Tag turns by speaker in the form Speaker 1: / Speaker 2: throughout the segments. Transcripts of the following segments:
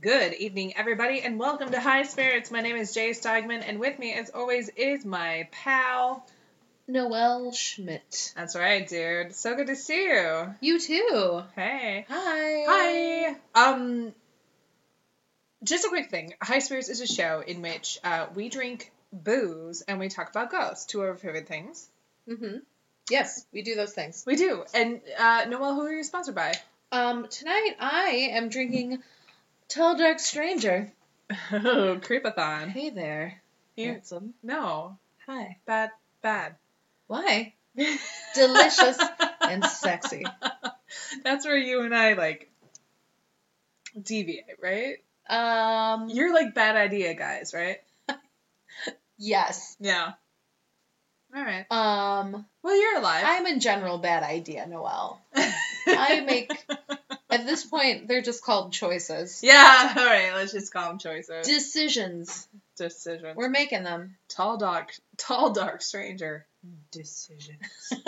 Speaker 1: Good evening, everybody, and welcome to High Spirits. My name is Jay Steigman, and with me, as always, is my pal.
Speaker 2: Noel Schmidt.
Speaker 1: That's right, dude. So good to see you.
Speaker 2: You too.
Speaker 1: Hey.
Speaker 2: Hi.
Speaker 1: Hi. Um, just a quick thing. High Spirits is a show in which uh, we drink booze and we talk about ghosts, two of our favorite things.
Speaker 2: Mm-hmm. Yes, we do those things.
Speaker 1: We do. And uh, Noel, who are you sponsored by?
Speaker 2: Um, tonight I am drinking Tall Dark Stranger.
Speaker 1: Oh, Creepathon.
Speaker 2: Hey there.
Speaker 1: You-
Speaker 2: Handsome.
Speaker 1: No,
Speaker 2: Hi.
Speaker 1: bad, bad.
Speaker 2: Why? Delicious and sexy.
Speaker 1: That's where you and I like deviate, right?
Speaker 2: Um,
Speaker 1: You're like bad idea guys, right?
Speaker 2: yes.
Speaker 1: Yeah. All right.
Speaker 2: Um,
Speaker 1: Well, you're alive.
Speaker 2: I'm in general bad idea, Noel. I make- At this point, they're just called choices.
Speaker 1: Yeah. All right. Let's just call them choices.
Speaker 2: Decisions.
Speaker 1: Decision.
Speaker 2: We're making them.
Speaker 1: Tall dark, tall dark stranger. Decision.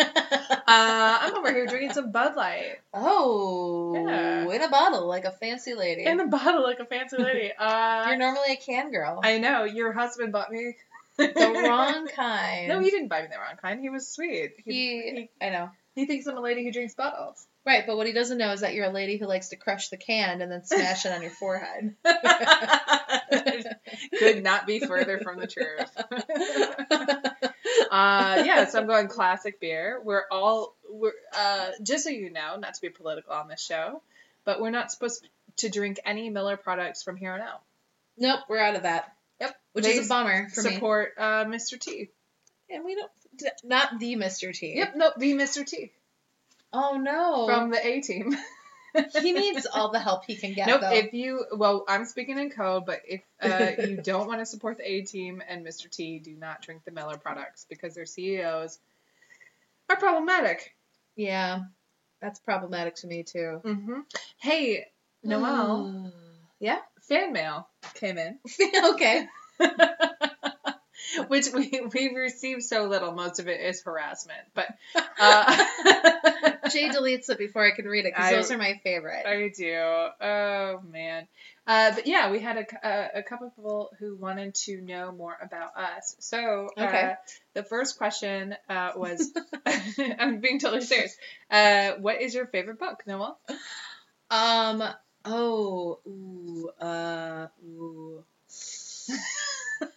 Speaker 1: Uh, I'm over here drinking some Bud Light
Speaker 2: oh,
Speaker 1: Yeah.
Speaker 2: in a bottle like a fancy lady.
Speaker 1: in a bottle like a fancy lady.
Speaker 2: You're
Speaker 1: Uh,
Speaker 2: normally a can girl.
Speaker 1: I know your husband bought me
Speaker 2: the wrong kind.
Speaker 1: No, he didn't buy me the wrong kind. He was sweet.
Speaker 2: He, I know.
Speaker 1: He thinks I'm a lady who drinks bottles.
Speaker 2: Right, but what he doesn't know is that you're a lady who likes to crush the can and then smash it on your forehead.
Speaker 1: Could not be further from the truth. uh, yeah, so I'm going classic beer. We're all we're uh, just so you know, not to be political on this show, but we're not supposed to drink any Miller products from here on out.
Speaker 2: nope, we're out of that.
Speaker 1: Yep.
Speaker 2: Which
Speaker 1: They
Speaker 2: is a bummer for
Speaker 1: Support uh, Mr. T.
Speaker 2: me. And we don't, not the Mr. T.
Speaker 1: Yep, nope, the Mr. T
Speaker 2: Oh no.
Speaker 1: from the A team.
Speaker 2: he needs all the help he can get.
Speaker 1: nope.
Speaker 2: Though.
Speaker 1: If you well, I'm speaking in code, but if uh, you don't want to support the A team and Mr. T, do not drink the Miller products because their CEOs are problematic.
Speaker 2: yeah, that's problematic to me too. Hmm.
Speaker 1: Mm-hmm. Hey, Noel,
Speaker 2: Mm.
Speaker 1: fan mail came in,
Speaker 2: okay.
Speaker 1: which we we received so little. Most of it is harassment, but uh,
Speaker 2: Jay deletes it before I can read it because
Speaker 1: I-
Speaker 2: those are my favorite.
Speaker 1: I do. Oh man. Uh, but yeah, we had a, cou- uh, a couple of people who wanted to know more about us. So uh,
Speaker 2: Okay.
Speaker 1: the first question uh, was, I'm being totally serious. Uh, what is your favorite book, Noel?
Speaker 2: Um. Oh. Ooh. Uh. Ooh.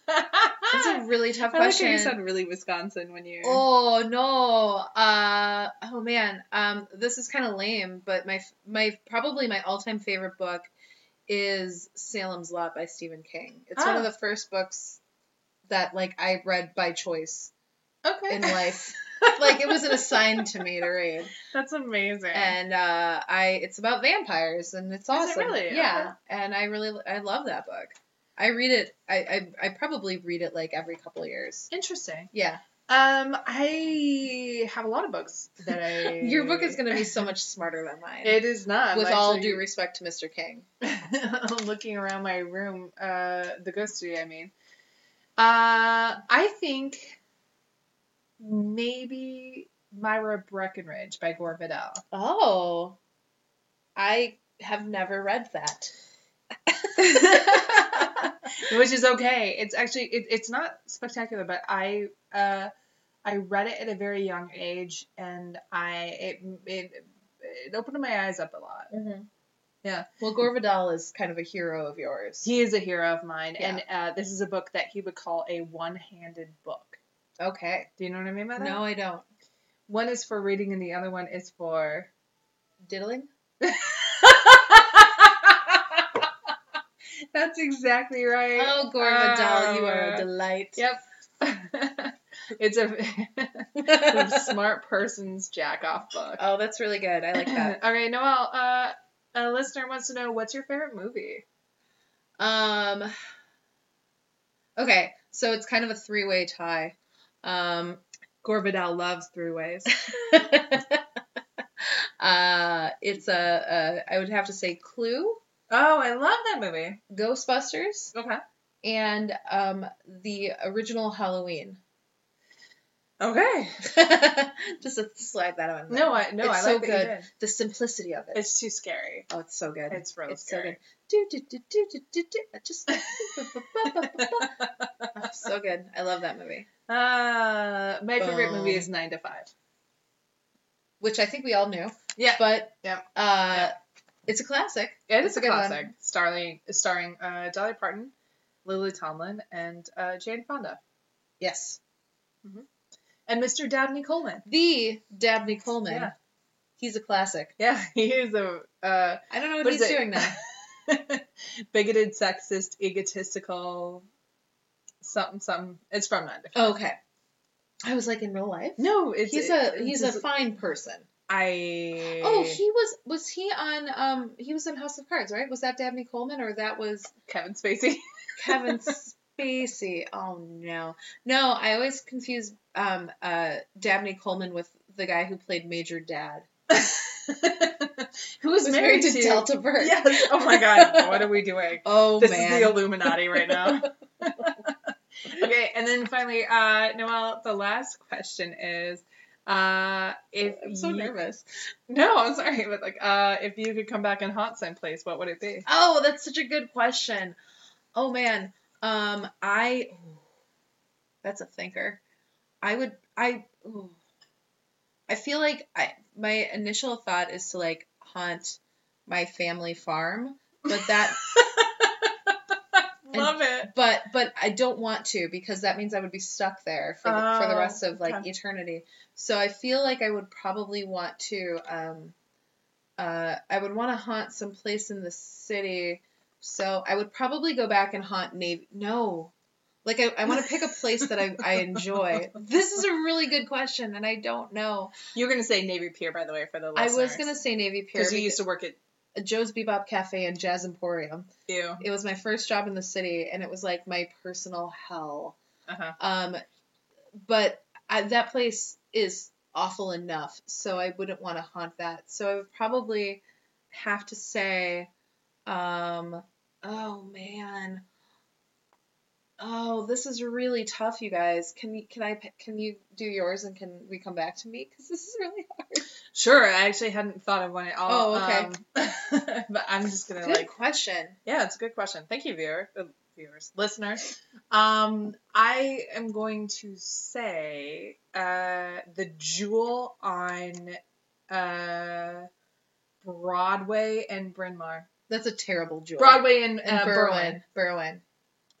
Speaker 2: That's a really tough
Speaker 1: Ah, I like how
Speaker 2: question.
Speaker 1: you sound really Wisconsin when you.
Speaker 2: oh no. Uh. Oh man. Um. This is kind of lame, but my my probably my all time favorite book is Salem's Lot by Stephen King. It's one
Speaker 1: Ah.
Speaker 2: of the first books that like I read by choice
Speaker 1: okay.
Speaker 2: in life. like it was an assigned to me to read.
Speaker 1: That's amazing.
Speaker 2: and uh, I it's about vampires and it's
Speaker 1: it
Speaker 2: awesome.
Speaker 1: really?
Speaker 2: Yeah, and I really I love that book. I read it. I I, I probably read it like every couple of years.
Speaker 1: Interesting.
Speaker 2: Yeah,
Speaker 1: Um, I have a lot of books that I.
Speaker 2: your book is going to be so much smarter than mine.
Speaker 1: It is not.
Speaker 2: with
Speaker 1: I'm
Speaker 2: all
Speaker 1: actually-
Speaker 2: due respect to Mr. King.
Speaker 1: looking around my room, uh, the ghost studio, I mean. Uh, I think maybe Myra Breckenridge by Gore Vidal.
Speaker 2: Oh, I have never read that.
Speaker 1: Which is okay. It's actually it, it's not spectacular, but I uh, I read it at a very young age, and I it it, it opened my eyes up a lot. Yeah.
Speaker 2: Well, Gore Vidal is kind of a hero of yours.
Speaker 1: He is a hero of mine, and uh, this is a book that he would call a one-handed book.
Speaker 2: okay.
Speaker 1: Do you know what I mean by that?
Speaker 2: No, I don't.
Speaker 1: One is for reading and the other one is for.
Speaker 2: Diddling?
Speaker 1: That's exactly right.
Speaker 2: Oh, Gore Vidal, you are
Speaker 1: Uh,
Speaker 2: a delight.
Speaker 1: Yep. it's a smart person's jack off book.
Speaker 2: Oh, that's really good. I like that.
Speaker 1: All right, Noel, uh, a listener wants to know what's your favorite movie?
Speaker 2: Um. Okay, so it's kind of a three-way tie. Um,
Speaker 1: Gore Vidal loves three ways.
Speaker 2: uh, it's a, a I would have to say Clue,
Speaker 1: Oh, I love that movie.
Speaker 2: Ghostbusters,
Speaker 1: Okay.
Speaker 2: and um, the original Halloween.
Speaker 1: Okay.
Speaker 2: Just to slide that on.
Speaker 1: No, I no,
Speaker 2: It's
Speaker 1: I like that
Speaker 2: so
Speaker 1: you
Speaker 2: good.
Speaker 1: did.
Speaker 2: The simplicity of it.
Speaker 1: It's too scary.
Speaker 2: oh, it's so good. It's,
Speaker 1: It's really
Speaker 2: so
Speaker 1: scary.
Speaker 2: good. Do, do, do, do, do, do, do. Just Oh, so good. I love that movie.
Speaker 1: Uh, my favorite movie
Speaker 2: Boom.
Speaker 1: is Nine to Five.
Speaker 2: Which I think we all knew.
Speaker 1: Yeah.
Speaker 2: But
Speaker 1: Yeah.
Speaker 2: uh
Speaker 1: Yeah.
Speaker 2: it's a classic.
Speaker 1: It is
Speaker 2: It's
Speaker 1: a
Speaker 2: a good one.
Speaker 1: classic, starring starring uh, Dolly Parton, Lily Tomlin, and uh, Jane Fonda,
Speaker 2: Yes.
Speaker 1: and Mr. Dabney Coleman.
Speaker 2: The Dabney Coleman.
Speaker 1: Yeah.
Speaker 2: He's a classic.
Speaker 1: Yeah, he is a uh,
Speaker 2: I don't know what,
Speaker 1: What is
Speaker 2: he's
Speaker 1: it?
Speaker 2: doing now.
Speaker 1: bigoted, sexist, egotistical, something, something. It's from Nine to Five.
Speaker 2: Oh, okay. I was like in real life.
Speaker 1: No, it's
Speaker 2: he's
Speaker 1: it-
Speaker 2: a he's
Speaker 1: it's-
Speaker 2: a fine person.
Speaker 1: I
Speaker 2: Oh, he was was he on um he was in House of Cards, right? Was that Dabney Coleman or that was
Speaker 1: Kevin Spacey.
Speaker 2: Kevin Spacey? Oh no, no, I always confuse um uh Dabney Coleman with the guy who played Major Dad,
Speaker 1: Who is
Speaker 2: Who was
Speaker 1: married, to
Speaker 2: Delta Burke.
Speaker 1: Yes. Oh my God. What are we doing?
Speaker 2: Oh
Speaker 1: this
Speaker 2: man,
Speaker 1: is the Illuminati right now. okay, and then finally, uh, Noelle, the last question is, uh, if
Speaker 2: I'm so
Speaker 1: you-
Speaker 2: nervous.
Speaker 1: No, I'm sorry, but like, uh, if you could come back and haunt someplace, what would it be?
Speaker 2: Oh, that's such a good question. Oh man, um, I that's a thinker. I would I ooh. I feel like I my initial thought is to like haunt my family farm, but that
Speaker 1: Love it.
Speaker 2: but but I don't want to because that means I would be stuck there for the, for the
Speaker 1: Oh,
Speaker 2: rest of like
Speaker 1: okay.
Speaker 2: eternity. So I feel like I would probably want to um uh I would want to haunt some place in the city. So I would probably go back and haunt Navy. No. Like I, I want to pick a place that I, I enjoy. This is a really good question and I don't know.
Speaker 1: You're gonna say Navy Pier, by the way, for the
Speaker 2: I
Speaker 1: listeners.
Speaker 2: was going to say Navy Pier
Speaker 1: because you used to work at
Speaker 2: beca- Joe's Bebop Cafe and Jazz Emporium.
Speaker 1: you.
Speaker 2: It was my first job in the city and it was like my personal hell.
Speaker 1: Uh-huh.
Speaker 2: Um, but I, that place is awful enough, so I wouldn't want to haunt that. So I would probably have to say, um, oh man, oh this is really tough, you guys. Can you can I p- can you do yours and can we come back to me because this is really hard.
Speaker 1: Sure, I actually hadn't thought of one at all.
Speaker 2: Oh, okay.
Speaker 1: um, but I'm just gonna
Speaker 2: Good
Speaker 1: like
Speaker 2: question.
Speaker 1: Yeah, it's a good question. Thank you, viewer, uh, viewers, listeners. Um, I am going to say uh, the jewel on uh, Broadway and Bryn Mawr.
Speaker 2: That's a terrible jewel.
Speaker 1: Broadway and,
Speaker 2: and
Speaker 1: uh, Berwyn.
Speaker 2: Berwyn. Berwyn.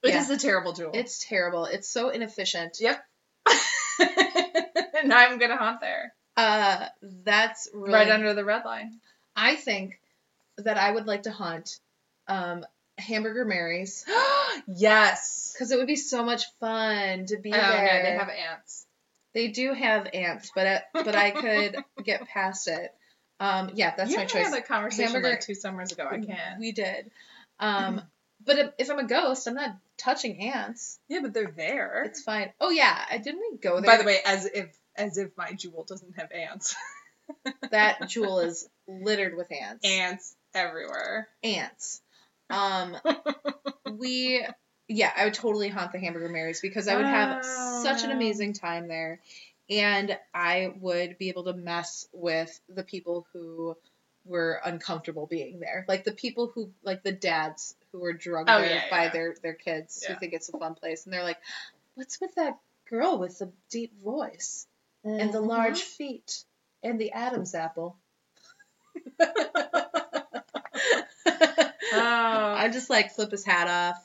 Speaker 1: It is
Speaker 2: Yeah.
Speaker 1: a terrible jewel.
Speaker 2: It's terrible. It's so inefficient.
Speaker 1: and I'm gonna haunt there,
Speaker 2: Uh, that's really
Speaker 1: right under the red line.
Speaker 2: I think that I would like to haunt um, Hamburger Mary's
Speaker 1: yes.
Speaker 2: because it would be so much fun to be
Speaker 1: Oh no,
Speaker 2: there.
Speaker 1: they have ants.
Speaker 2: They do have ants, but I, but I could get past it. Um, yeah, that's
Speaker 1: you
Speaker 2: my
Speaker 1: and I
Speaker 2: choice.
Speaker 1: Had a conversation
Speaker 2: Hamburger-
Speaker 1: like two summers ago.
Speaker 2: Mm-hmm.
Speaker 1: I Mm-hmm. can't.
Speaker 2: We did. Um, but if, if I'm a ghost, I'm not touching ants.
Speaker 1: Yeah, but they're there.
Speaker 2: It's fine. Oh yeah, I didn't we go there?
Speaker 1: By the way, as if as if my jewel doesn't have ants.
Speaker 2: that jewel is littered with ants.
Speaker 1: ants everywhere.
Speaker 2: ants. Um, we, yeah, I would totally haunt the Hamburger Marys because I would have such an
Speaker 1: Wow.
Speaker 2: amazing time there, and I would be able to mess with the people who were uncomfortable being there, like the people who, like the dads who were drugged
Speaker 1: Oh,
Speaker 2: there
Speaker 1: yeah,
Speaker 2: by
Speaker 1: yeah.
Speaker 2: their their kids
Speaker 1: Yeah.
Speaker 2: who think it's a fun place, and they're like, "What's with that girl with the deep voice and the large feet and the Adam's apple?"
Speaker 1: Oh.
Speaker 2: I just like flip his hat off.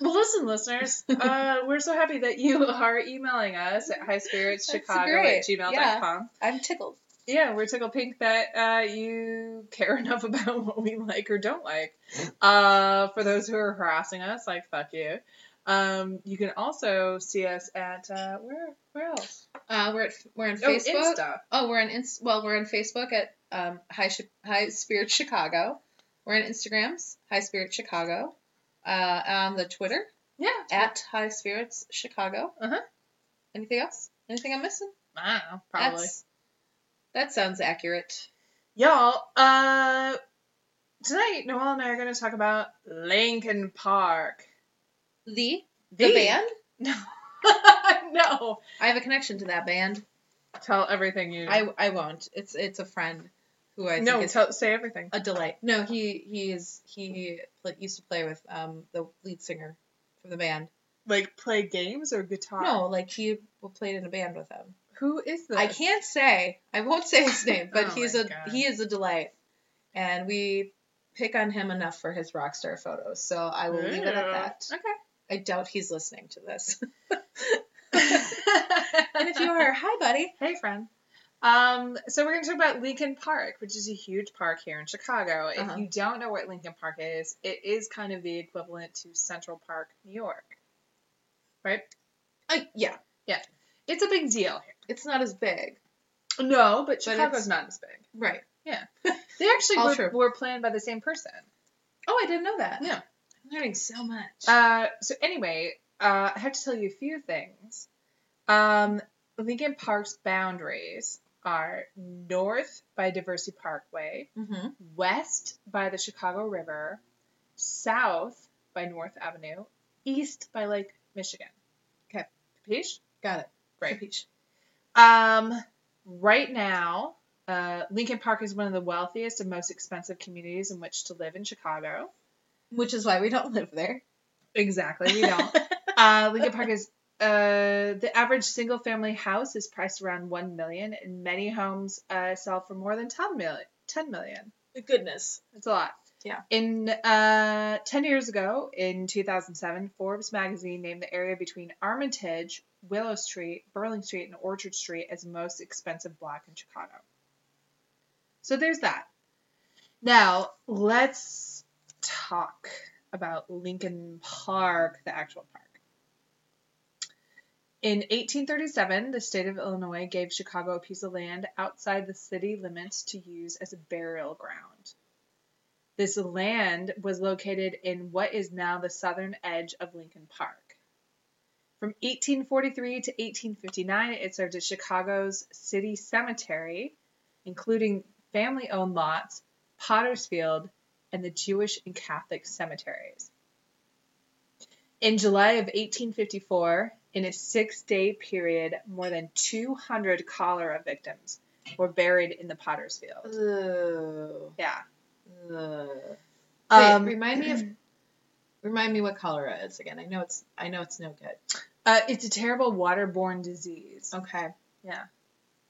Speaker 1: well, listen, listeners, uh, we're so happy that you are emailing us at highspiritschicago at
Speaker 2: great.
Speaker 1: gmail.com.
Speaker 2: Yeah. I'm tickled.
Speaker 1: Yeah, we're tickled pink that uh, you care enough about what we like or don't like. Uh, for those who are harassing us, like, fuck you. Um, you can also see us at, uh, where, where else?
Speaker 2: Uh, we're at, we're on
Speaker 1: Oh,
Speaker 2: Facebook. Oh,
Speaker 1: Insta.
Speaker 2: we're on Inst- well, we're on Facebook at um, High Chi- High Spirit Chicago. We're on Instagrams High Spirit Chicago. Uh, on the Twitter
Speaker 1: Yeah.
Speaker 2: at High Spirits Chicago.
Speaker 1: Uh-huh.
Speaker 2: Anything else? Anything I'm missing?
Speaker 1: I don't know, probably.
Speaker 2: That's, that sounds accurate.
Speaker 1: Y'all, uh, tonight Noel and I are going to talk about Lincoln Park.
Speaker 2: The the, band.
Speaker 1: No, no.
Speaker 2: I have a connection to that band.
Speaker 1: Tell everything you.
Speaker 2: I, I won't. It's it's a friend who I think
Speaker 1: no.
Speaker 2: is
Speaker 1: Tell say everything.
Speaker 2: a delight. No, he he is he pl- used to play with um the lead singer for the band.
Speaker 1: Like play games or guitar.
Speaker 2: No, like he w- played in a band with them.
Speaker 1: Who is this?
Speaker 2: I can't say. I won't say his name, but
Speaker 1: Oh
Speaker 2: he's
Speaker 1: my
Speaker 2: a
Speaker 1: God.
Speaker 2: he is a delight, and we pick on him enough for his rock star photos. So I will leave it at
Speaker 1: Ooh.
Speaker 2: that.
Speaker 1: Okay.
Speaker 2: I doubt he's listening to this. and if you are, hi buddy.
Speaker 1: Hey, friend. Um, so we're going to talk about Lincoln Park, which is a huge park here in Chicago.
Speaker 2: Uh-huh.
Speaker 1: If you don't know what Lincoln Park is, it is kind of the equivalent to Central Park, New York.
Speaker 2: Uh, yeah,
Speaker 1: It's a big deal
Speaker 2: it's not as big.
Speaker 1: here. No, but
Speaker 2: Chicago's
Speaker 1: Chicago's not as big.
Speaker 2: Right.
Speaker 1: They actually
Speaker 2: All
Speaker 1: were,
Speaker 2: true.
Speaker 1: were planned by the same person.
Speaker 2: Oh, I didn't know that.
Speaker 1: Yeah.
Speaker 2: I'm learning so much.
Speaker 1: Uh, so anyway, uh, I have to tell you a few things. Um, Lincoln Park's boundaries are north by Diversity Parkway,
Speaker 2: mm-hmm.
Speaker 1: west by the Chicago River, south by North Avenue, east by Lake Michigan.
Speaker 2: Okay.
Speaker 1: Capiche?
Speaker 2: Got it.
Speaker 1: Right.
Speaker 2: Peach.
Speaker 1: Um, right now, uh, Lincoln Park is one of the wealthiest and most expensive communities in which to live in Chicago.
Speaker 2: Which is why we don't live there.
Speaker 1: Exactly, we don't. uh, Lincoln Park is uh, the average single family house is priced around 1 million and many homes uh, sell for more than 10 million. 10 million.
Speaker 2: Goodness.
Speaker 1: That's a lot.
Speaker 2: Yeah.
Speaker 1: In uh, 10 years ago, in 2007, Forbes magazine named the area between Armitage, Willow Street, Burling Street, and Orchard Street as the most expensive block in Chicago. So there's that. Now, let's talk about Lincoln Park, the actual park. In 1837, the state of Illinois gave Chicago a piece of land outside the city limits to use as a burial ground. This land was located in what is now the southern edge of Lincoln Park. From 1843 to 1859, it served as Chicago's city cemetery, including family owned lots, Potter's Field, and the Jewish and Catholic cemeteries. In July of 1854, in a six day period, more than 200 cholera victims were buried in the Potter's Field.
Speaker 2: Ugh.
Speaker 1: Yeah.
Speaker 2: Ugh. Wait,
Speaker 1: Um,
Speaker 2: remind me of remind me what cholera is again. I know it's I know it's no good.
Speaker 1: Uh, it's a terrible waterborne disease.
Speaker 2: Okay.
Speaker 1: Yeah.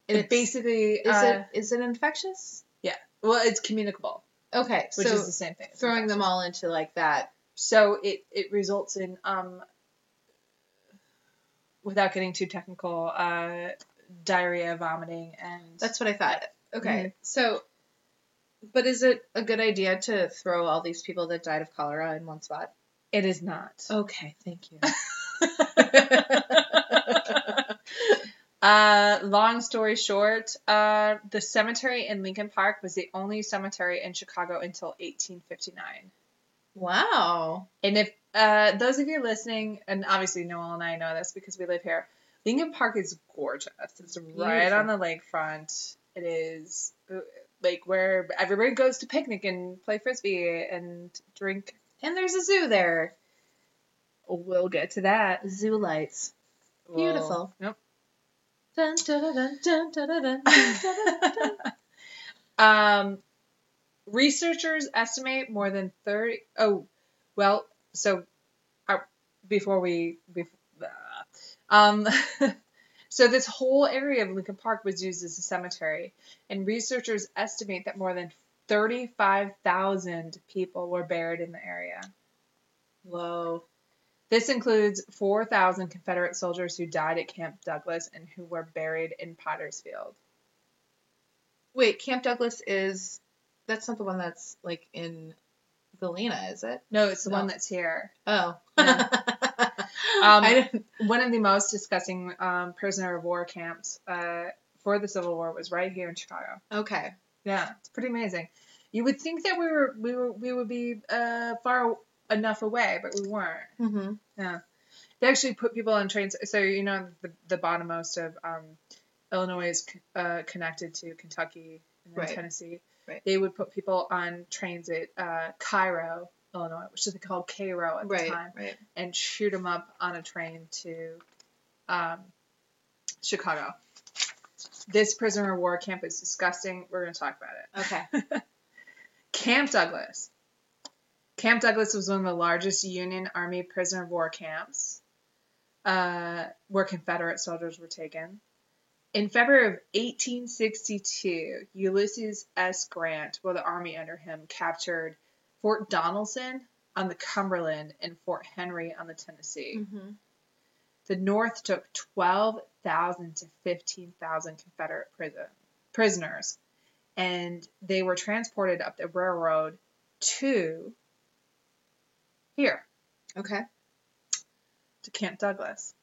Speaker 2: And
Speaker 1: It
Speaker 2: it's,
Speaker 1: basically
Speaker 2: is
Speaker 1: uh,
Speaker 2: it is it infectious?
Speaker 1: well, it's communicable,
Speaker 2: Okay,
Speaker 1: which
Speaker 2: so
Speaker 1: is the same thing. as
Speaker 2: throwing them
Speaker 1: infection.
Speaker 2: all into like that.
Speaker 1: So it it results in um, without getting too technical, uh, diarrhea, vomiting, and
Speaker 2: That's what I thought. Mm-hmm. Okay, so but is it a good idea to throw all these people that died of cholera in one spot?
Speaker 1: it is not.
Speaker 2: Okay, thank you.
Speaker 1: Uh, long story short, uh, the cemetery in Lincoln Park was the only cemetery in Chicago until 1859.
Speaker 2: wow.
Speaker 1: And if uh, those of you listening, and obviously Noel and I know this because we live here, Lincoln Park is gorgeous. It's right
Speaker 2: Beautiful.
Speaker 1: on the lakefront. It is uh, like where everybody goes to picnic and play frisbee and drink.
Speaker 2: And there's a zoo there.
Speaker 1: We'll get to that.
Speaker 2: Zoo lights. Beautiful.
Speaker 1: We'll-
Speaker 2: Dun, dun, dun, dun, dun, dun, dun, dun, dun, dun, dun, dun.
Speaker 1: Nope. um, researchers estimate more than 30. Oh, well, so uh, before we. Before, um, so this whole area of Lincoln Park was used as a cemetery, and researchers estimate that more than 35,000 people were buried in the area.
Speaker 2: Whoa.
Speaker 1: This includes 4,000 Confederate soldiers who died at Camp Douglas and who were buried in Potter's Field.
Speaker 2: Wait, Camp Douglas is that's not the one that's like in Galena, is it?
Speaker 1: No, it's the
Speaker 2: No.
Speaker 1: one that's here.
Speaker 2: Oh.
Speaker 1: Yeah.
Speaker 2: I didn't
Speaker 1: one of the most disgusting um, prisoner of war camps uh, for the Civil War was right here in Chicago.
Speaker 2: Okay.
Speaker 1: Yeah, it's pretty amazing. You would think that we were we were we would be uh, far enough away, but we weren't.
Speaker 2: Mm-hmm.
Speaker 1: They actually put people on trains. So you know the the bottommost of um, Illinois is uh, connected to Kentucky and then
Speaker 2: Right.
Speaker 1: Tennessee.
Speaker 2: Right.
Speaker 1: They would put people on trains at uh, Cairo, Illinois, which is called Cairo at the
Speaker 2: Right.
Speaker 1: time,
Speaker 2: Right.
Speaker 1: and shoot them up on a train to um, Chicago. This prisoner of war camp is disgusting. We're going to talk about it.
Speaker 2: Okay.
Speaker 1: Camp Douglas. Camp Douglas was one of the largest Union Army prisoner of war camps uh, where Confederate soldiers were taken. In February of 1862, Ulysses S. Grant, with the army under him, captured Fort Donelson on the Cumberland and Fort Henry on the Tennessee.
Speaker 2: Mm-hmm.
Speaker 1: The North took 12,000 to 15,000 Confederate prison, prisoners, and they were transported up the railroad to here,
Speaker 2: Okay.
Speaker 1: to Camp Douglas.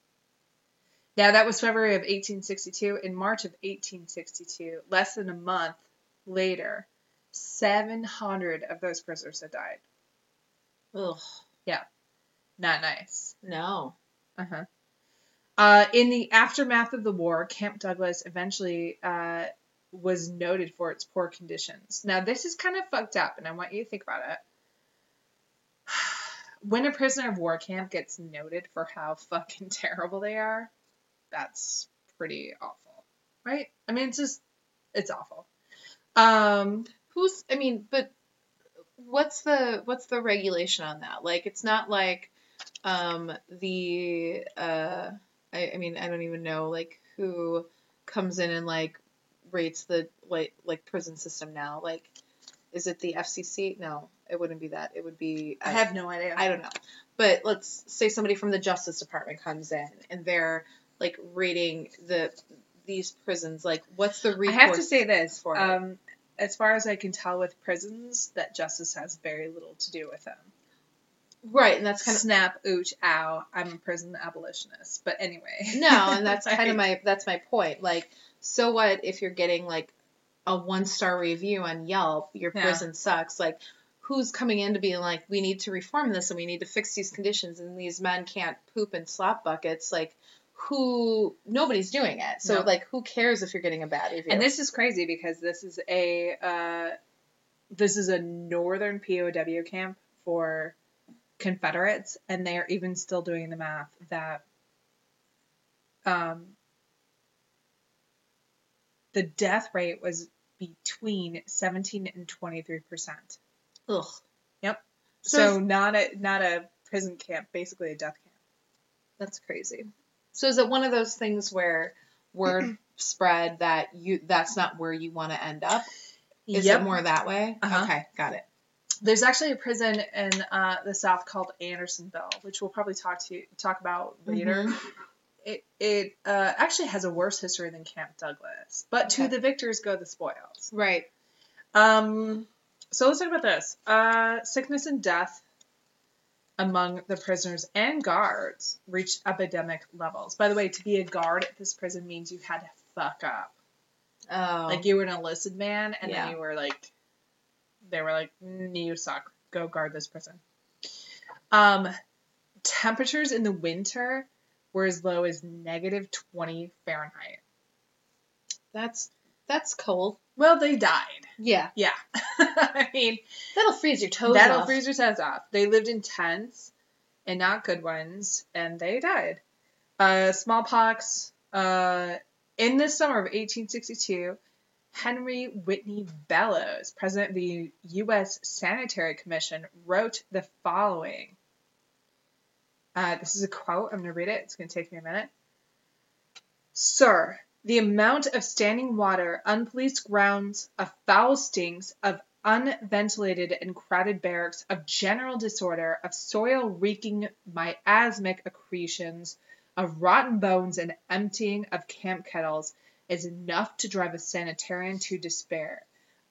Speaker 1: Now, that was February of 1862. In March of 1862, less than a month later, 700 of those prisoners had died.
Speaker 2: Ugh.
Speaker 1: Not nice.
Speaker 2: No.
Speaker 1: Uh-huh. Uh, in the aftermath of the war, Camp Douglas eventually uh, was noted for its poor conditions. Now, this is kind of fucked up, and I want you to think about it. When a prisoner of war camp gets noted for how fucking terrible they are, that's pretty awful, right? I mean, it's just, it's awful. Um,
Speaker 2: Who's? I mean, but what's the what's the regulation on that? Like, it's not like um the uh I, I mean I don't even know like who comes in and like rates the like like prison system now like is it the FCC no it wouldn't be that it would be
Speaker 1: I have no idea.
Speaker 2: I don't know. But let's say somebody from the Justice Department comes in and they're like rating the these prisons. Like, what's the
Speaker 1: I
Speaker 2: recourse?
Speaker 1: have to say this.
Speaker 2: for it.
Speaker 1: um, as far as I can tell with prisons, that justice has very little to do with them.
Speaker 2: right, and that's kind of
Speaker 1: snap, ooch, ow. I'm a prison abolitionist. But anyway.
Speaker 2: no, and that's kind
Speaker 1: Like,
Speaker 2: of my that's my point. Like, so what if you're getting like a one star review on Yelp? Your
Speaker 1: Yeah.
Speaker 2: prison sucks. Like, who's coming in to be like, we need to reform this and we need to fix these conditions and these men can't poop in slop buckets? Like. Who nobody's doing it, so
Speaker 1: No.
Speaker 2: like, who cares if you're getting a bad review?
Speaker 1: And this is crazy because this is a uh, this is a northern POW camp for Confederates, and they are even still doing the math that um, the death rate was between 17 and 23 percent.
Speaker 2: Ugh.
Speaker 1: Yep.
Speaker 2: So,
Speaker 1: So not a not a prison camp, basically a death camp.
Speaker 2: that's crazy. So is it one of those things where word spread that you that's not where you want to end up? Is it more that way?
Speaker 1: Uh-huh.
Speaker 2: Okay, got it.
Speaker 1: There's actually a prison in uh, the South called Andersonville, which we'll probably talk to talk about later. It it uh, actually has a worse history than Camp Douglas, but to
Speaker 2: Okay.
Speaker 1: the victors go the spoils.
Speaker 2: Right.
Speaker 1: Um, so let's talk about this: uh, sickness and death among the prisoners and guards reached epidemic levels. By the way, to be a guard at this prison means you had to fuck up.
Speaker 2: Oh.
Speaker 1: Like you were an enlisted man, and
Speaker 2: Yeah.
Speaker 1: then you were like, they were like, "Mm, you suck. Go guard this prison. Um, temperatures in the winter were as low as negative 20 Fahrenheit.
Speaker 2: that's that's cold.
Speaker 1: Well, they died.
Speaker 2: Yeah.
Speaker 1: Yeah. I mean,
Speaker 2: That'll freeze your toes
Speaker 1: that'll
Speaker 2: off.
Speaker 1: freeze your toes off. They lived in tents and not good ones, and they died. Uh, smallpox. Uh, in the summer of 1862, Henry Whitney Bellows, president of the U.S. Sanitary Commission, wrote the following. Uh, this is a quote. I'm going to read it. It's going to take me a minute. Sir, the amount of standing water, unpoliced grounds, of foul stinks, of unventilated and crowded barracks, of general disorder, of soil reeking miasmic accretions, of rotten bones and emptying of camp kettles is enough to drive a sanitarian to despair.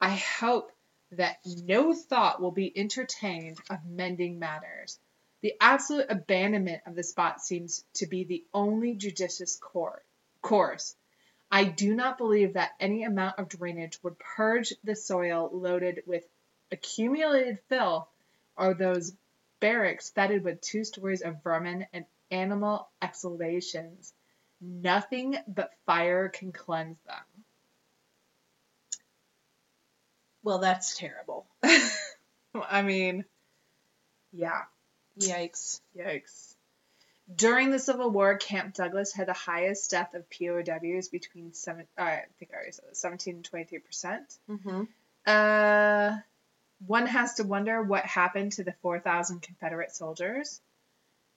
Speaker 1: I hope that no thought will be entertained of mending matters. The absolute abandonment of the spot seems to be the only judicious course course. I do not believe that any amount of drainage would purge the soil loaded with accumulated filth or those barracks fetid with two stories of vermin and animal exhalations. Nothing but fire can cleanse them.
Speaker 2: well, that's terrible.
Speaker 1: I mean, yeah,
Speaker 2: Yikes.
Speaker 1: yikes. During the Civil War, Camp Douglas had the highest death of POWs between seven. Uh, I think I already said this, seventeen and twenty three percent.
Speaker 2: Mm-hmm.
Speaker 1: Uh, one has to wonder what happened to the four thousand Confederate soldiers.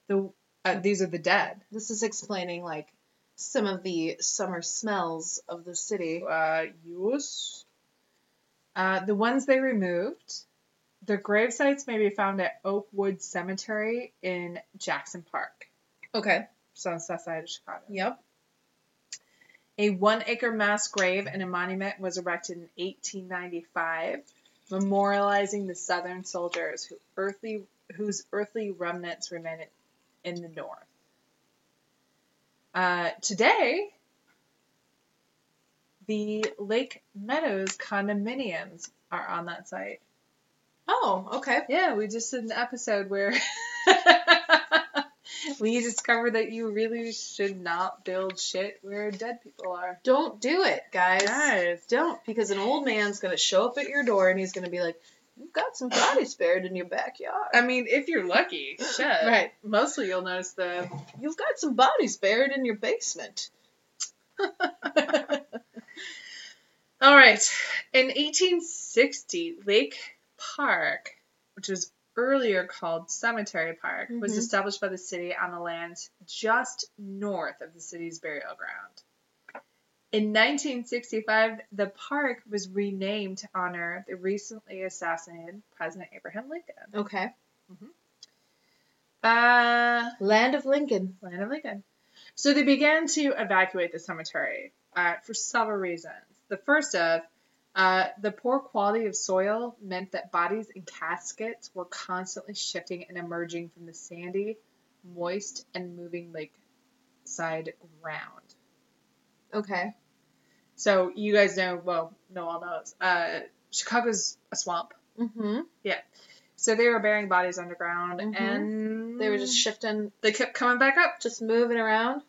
Speaker 1: The uh, these are the dead.
Speaker 2: This is explaining like some of the summer smells of the city.
Speaker 1: Uh, yes. Uh, the ones they removed. Their grave sites may be found at Oakwood Cemetery in Jackson Park,
Speaker 2: Okay.
Speaker 1: so on the south side of Chicago.
Speaker 2: Yep.
Speaker 1: A one acre mass grave and a monument was erected in 1895, memorializing the Southern soldiers who earthly, whose earthly remnants remain in the North. Uh, today, the Lake Meadows condominiums are on that site.
Speaker 2: Oh, okay.
Speaker 1: Yeah, we just did an episode where we discovered that you really should not build shit where dead people are.
Speaker 2: Don't do it, guys.
Speaker 1: Guys,
Speaker 2: Don't, because an old man's gonna show up at your door and he's gonna be like, "You've got some bodies buried in your backyard."
Speaker 1: I mean, if you're lucky, shit.
Speaker 2: Right.
Speaker 1: Mostly you'll notice the.
Speaker 2: You've got some bodies buried in your basement.
Speaker 1: All right. In 1860, Lake Park, which was earlier called Cemetery Park, was
Speaker 2: Mhm.
Speaker 1: established by the city on the land just north of the city's burial ground. In 1965, the park was renamed to honor the recently assassinated President Abraham Lincoln.
Speaker 2: Okay.
Speaker 1: Uh,
Speaker 2: Land of Lincoln.
Speaker 1: Land of Lincoln. So they began to evacuate the cemetery uh, for several reasons. The first of uh, the poor quality of soil meant that bodies and caskets were constantly shifting and emerging from the sandy, moist, and moving lakeside ground.
Speaker 2: Okay.
Speaker 1: So you guys know, well, no one knows. Uh, Chicago's a swamp,
Speaker 2: Mm-hmm.
Speaker 1: so they were burying bodies underground,
Speaker 2: Mhm.
Speaker 1: and
Speaker 2: They were just shifting,
Speaker 1: they kept coming back up.
Speaker 2: just moving around.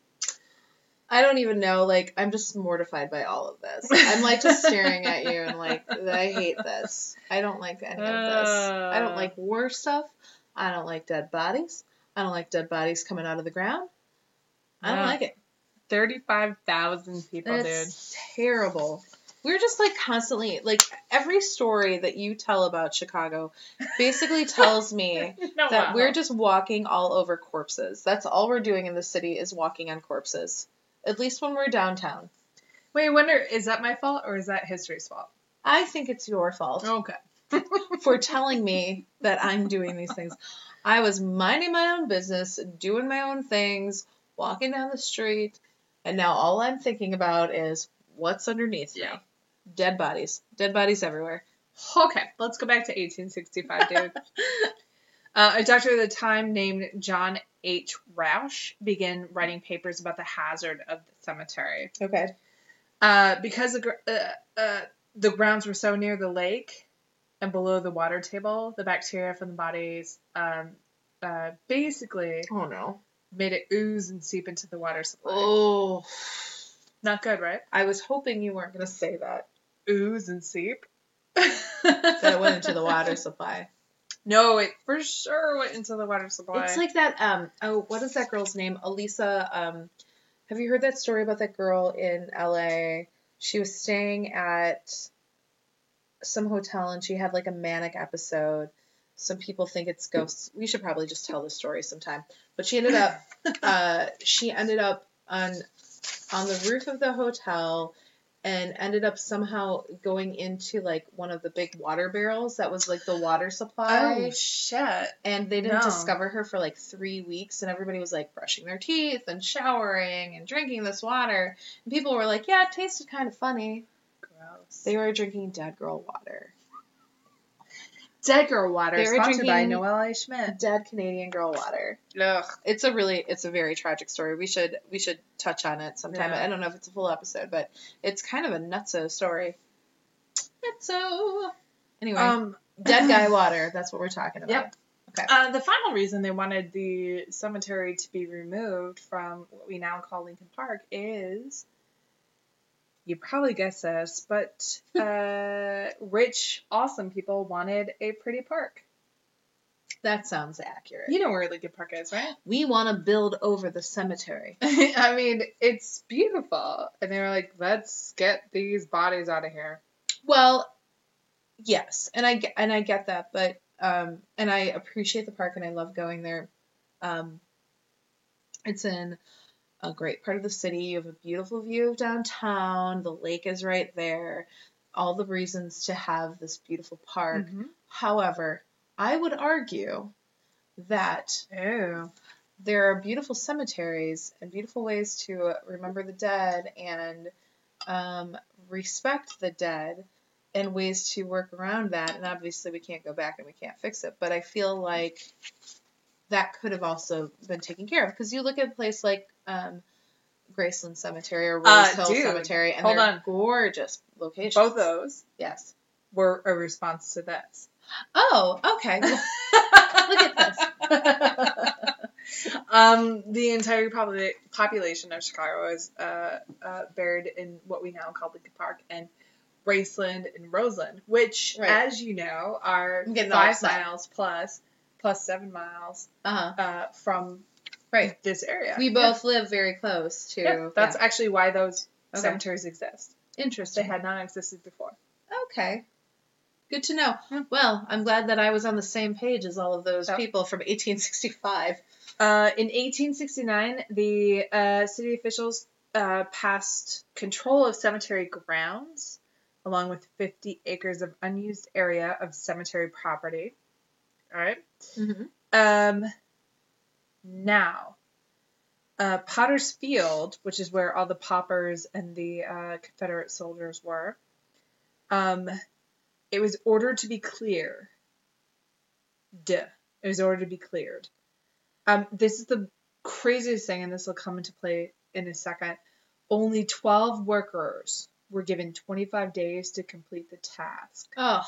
Speaker 2: I don't even know. Like, I'm just mortified by all of this. I'm like just staring at you and like, I hate this. I don't like any of this. I don't like war stuff. I don't like dead bodies. I don't like dead bodies coming out of the ground. I don't
Speaker 1: Yeah.
Speaker 2: like it.
Speaker 1: thirty-five thousand people, dude.
Speaker 2: That's terrible. We're just like constantly like every story that you tell about Chicago basically tells me
Speaker 1: No,
Speaker 2: that we're just walking all over corpses. That's all we're doing in the city is walking on corpses. At least when we're downtown.
Speaker 1: Wait, I wonder is that my fault or is that history's fault?
Speaker 2: I think it's your fault
Speaker 1: Okay.
Speaker 2: for telling me that I'm doing these things. I was minding my own business, doing my own things, walking down the street, and now all I'm thinking about is what's underneath me.
Speaker 1: Yeah.
Speaker 2: Dead bodies. Dead bodies everywhere.
Speaker 1: Okay, let's go back to 1865, dude. uh, a doctor at the time named John H. Rausch began writing papers about the hazard of the cemetery.
Speaker 2: Okay.
Speaker 1: Uh, because the, gr- uh, uh, the grounds were so near the lake and below the water table, the bacteria from the bodies um, uh, basically
Speaker 2: Oh no.
Speaker 1: made it ooze and seep into the water supply.
Speaker 2: Oh.
Speaker 1: Not good, right?
Speaker 2: I was hoping you weren't going to say that.
Speaker 1: Ooze and seep.
Speaker 2: That it went into the water supply.
Speaker 1: No, it for sure went into the water supply.
Speaker 2: It's like that. Um. Oh, what is that girl's name? Elisa. Um. Have you heard that story about that girl in L.A.? She was staying at some hotel and she had like a manic episode. Some people think it's ghosts. We should probably just tell the story sometime. But she ended up uh, she ended up on on the roof of the hotel and ended up somehow going into like one of the big water barrels that was like the water supply
Speaker 1: oh shit.
Speaker 2: and they didn't
Speaker 1: no.
Speaker 2: discover her for like 3 weeks and everybody was like brushing their teeth and showering and drinking this water and people were like yeah it tasted kind of funny
Speaker 1: Gross.
Speaker 2: they were drinking dead girl water
Speaker 1: Dead girl water
Speaker 2: They were
Speaker 1: sponsored by
Speaker 2: drinking-
Speaker 1: Noelle A. Schmidt.
Speaker 2: dead canadian girl water
Speaker 1: Ugh.
Speaker 2: it's a really it's a very tragic story. We should we should touch on it sometime.
Speaker 1: Yeah.
Speaker 2: I don't know if it's a full episode, but it's kind of a nutso story. Nutso. Anyway,
Speaker 1: Um.
Speaker 2: dead guy water. That's what we're talking about.
Speaker 1: Yep. Uh, the final reason they wanted the cemetery to be removed from what we now call Lincoln Park is, you probably guessed this, but uh, rich, awesome people wanted a pretty park.
Speaker 2: That sounds accurate.
Speaker 1: You know where Lincoln Park is, right?
Speaker 2: We want to build over the cemetery.
Speaker 1: I mean, it's beautiful. And they were like, let's get these bodies out of here.
Speaker 2: Well, yes, and I ge- and I get that, but um, and I appreciate the park and I love going there. Um, it's in a great part of the city. You have a beautiful view of downtown. The lake is right there. All the reasons to have this beautiful park.
Speaker 1: Mm-hmm.
Speaker 2: However, I would argue that
Speaker 1: Oh.
Speaker 2: there are beautiful cemeteries and beautiful ways to remember the dead and um, respect the dead and ways to work around that. And obviously, we can't go back and we can't fix it. But I feel like that could have also been taken care of because you look at a place like um, Graceland Cemetery or Rose
Speaker 1: Uh,
Speaker 2: Hill
Speaker 1: dude,
Speaker 2: Cemetery, and
Speaker 1: hold
Speaker 2: they're
Speaker 1: on.
Speaker 2: gorgeous locations.
Speaker 1: Both those
Speaker 2: Yes.
Speaker 1: were a response to this.
Speaker 2: Oh, okay. Look at this.
Speaker 1: Um, the entire popula- population of Chicago is uh, uh, buried in what we now call Lincoln Park and Graceland and Roseland, which,
Speaker 2: Right.
Speaker 1: as you know, are
Speaker 2: I'm getting all
Speaker 1: five
Speaker 2: excited.
Speaker 1: miles plus, plus seven miles
Speaker 2: Uh huh.
Speaker 1: uh, from
Speaker 2: Right.
Speaker 1: this area.
Speaker 2: We
Speaker 1: Yeah.
Speaker 2: both live very close to.
Speaker 1: Yeah, that's actually why those
Speaker 2: Okay.
Speaker 1: cemeteries exist.
Speaker 2: yeah.
Speaker 1: They
Speaker 2: interesting.
Speaker 1: had not existed before.
Speaker 2: Okay. Hmm. Good to know.
Speaker 1: Yeah.
Speaker 2: Well, I'm glad that I was on the same page as all of those
Speaker 1: Oh.
Speaker 2: people from 1865.
Speaker 1: Uh, in 1869, the uh, city officials uh, passed control of cemetery grounds, along with 50 acres of unused area of cemetery property. All right.
Speaker 2: Mm-hmm.
Speaker 1: Um, now, uh, Potter's Field, which is where all the paupers and the uh, Confederate soldiers were, um, it was ordered to be clear. Duh. It was ordered to be cleared. Um, this is the craziest thing, and this will come into play in a second. Only 12 workers were given 25 days to complete the task.
Speaker 2: Oh,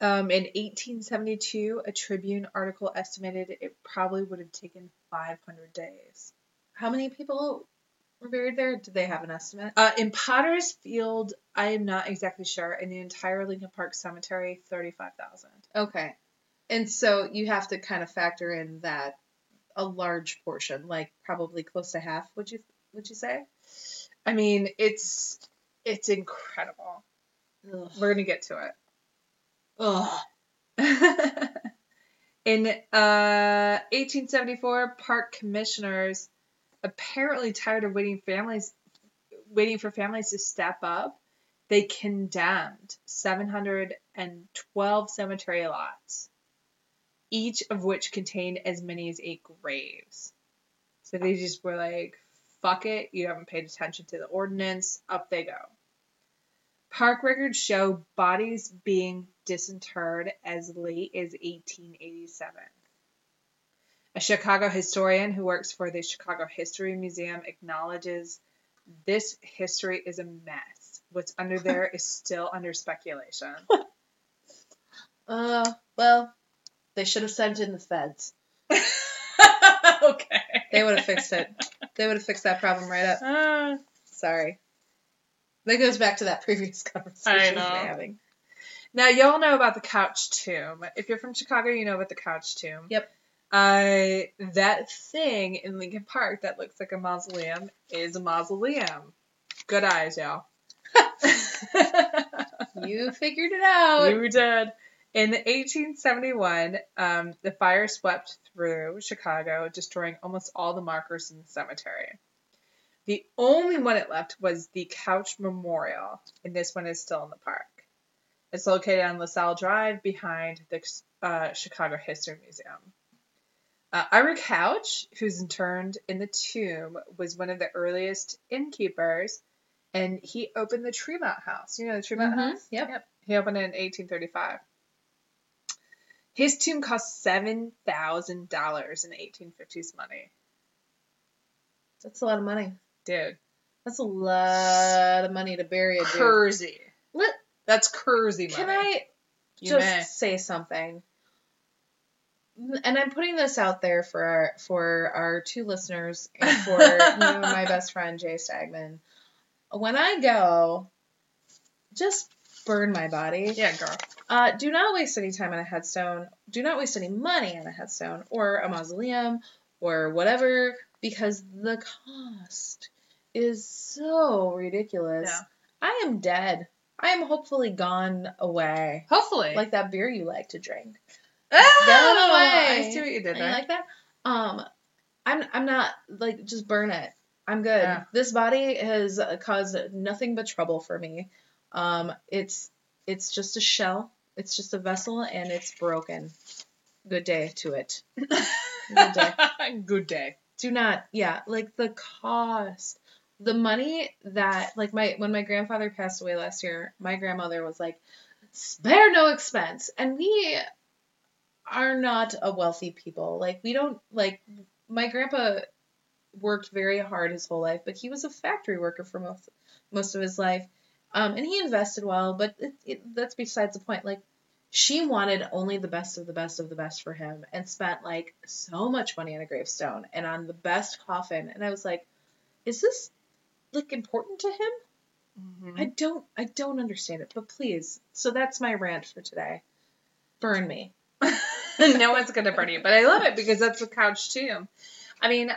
Speaker 1: Um, in 1872, a Tribune article estimated it probably would have taken 500 days.
Speaker 2: how many people were buried there? Did they have an estimate?
Speaker 1: Uh, in Potter's Field, I am not exactly sure. In the entire Lincoln Park Cemetery, 35,000.
Speaker 2: Okay. And so you have to kind of factor in that a large portion, like probably close to half, would you would you say?
Speaker 1: I mean, it's it's incredible.
Speaker 2: Ugh.
Speaker 1: We're gonna get to it.
Speaker 2: Ugh.
Speaker 1: In uh, 1874, park commissioners, apparently tired of waiting families, waiting for families to step up, they condemned 712 cemetery lots, each of which contained as many as eight graves. So they just were like, "Fuck it! You haven't paid attention to the ordinance. Up they go." Park records show bodies being disinterred as late as 1887. A Chicago historian who works for the Chicago History Museum acknowledges this history is a mess. What's under there is still under speculation.
Speaker 2: Uh, well, they should have sent in the feds.
Speaker 1: okay.
Speaker 2: They would have fixed it. They would have fixed that problem right up.
Speaker 1: Ah.
Speaker 2: Sorry. That goes back to that previous conversation
Speaker 1: I
Speaker 2: we were
Speaker 1: know.
Speaker 2: having.
Speaker 1: Now, y'all know about the couch tomb. If you're from Chicago, you know about the couch tomb.
Speaker 2: Yep.
Speaker 1: I that thing in Lincoln Park that looks like a mausoleum is a mausoleum. Good eyes, y'all.
Speaker 2: You figured it out.
Speaker 1: you did. In 1871, um, the fire swept through Chicago, destroying almost all the markers in the cemetery. The only one it left was the Couch Memorial, and this one is still in the park. It's located on LaSalle Drive behind the uh, Chicago History Museum. Uh, Ira Couch, who's interned in the tomb, was one of the earliest innkeepers, and he opened the Tremont House. You know the Tremont
Speaker 2: Mhm,
Speaker 1: House?
Speaker 2: yep.
Speaker 1: He opened it in 1835. His tomb cost seven thousand dollars in 1850s money,
Speaker 2: That's a lot of money.
Speaker 1: dude.
Speaker 2: That's a lot of money to bury a dude.
Speaker 1: Curzy.
Speaker 2: Let-
Speaker 1: That's Curzy money.
Speaker 2: Can I
Speaker 1: You
Speaker 2: just
Speaker 1: may.
Speaker 2: say something? And I'm putting this out there for our for our two listeners and for you and my best friend Jay Stagman. When I go, just burn my body.
Speaker 1: Yeah, girl.
Speaker 2: Uh, do not waste any time on a headstone. Do not waste any money on a headstone or a mausoleum or whatever because the cost is so ridiculous.
Speaker 1: Yeah.
Speaker 2: I am dead. I am hopefully gone away.
Speaker 1: Hopefully.
Speaker 2: Like that beer you like to drink.
Speaker 1: oh,
Speaker 2: that away.
Speaker 1: I see what you did
Speaker 2: You
Speaker 1: there.
Speaker 2: like that? Um, I'm I'm not like just burn it. I'm good.
Speaker 1: Yeah.
Speaker 2: This body has uh, caused nothing but trouble for me. Um, it's it's just a shell. It's just a vessel, and it's broken. Good day to it. Good day.
Speaker 1: Good day.
Speaker 2: Do not, yeah, like the cost, the money that, like my when my grandfather passed away last year, my grandmother was like, spare no expense, and we are not a wealthy people. Like we don't like my grandpa worked very hard his whole life, but he was a factory worker for most most of his life, um, and he invested well. But it, it, that's besides the point. Like she wanted only the best of the best of the best for him, and spent like so much money on a gravestone and on the best coffin. And I was like, is this like important to him?
Speaker 1: Mhm.
Speaker 2: I don't I don't understand it, but please. So that's my rant for today. Burn me.
Speaker 1: no one's gonna burn you, but I love it because that's the couch too. I mean,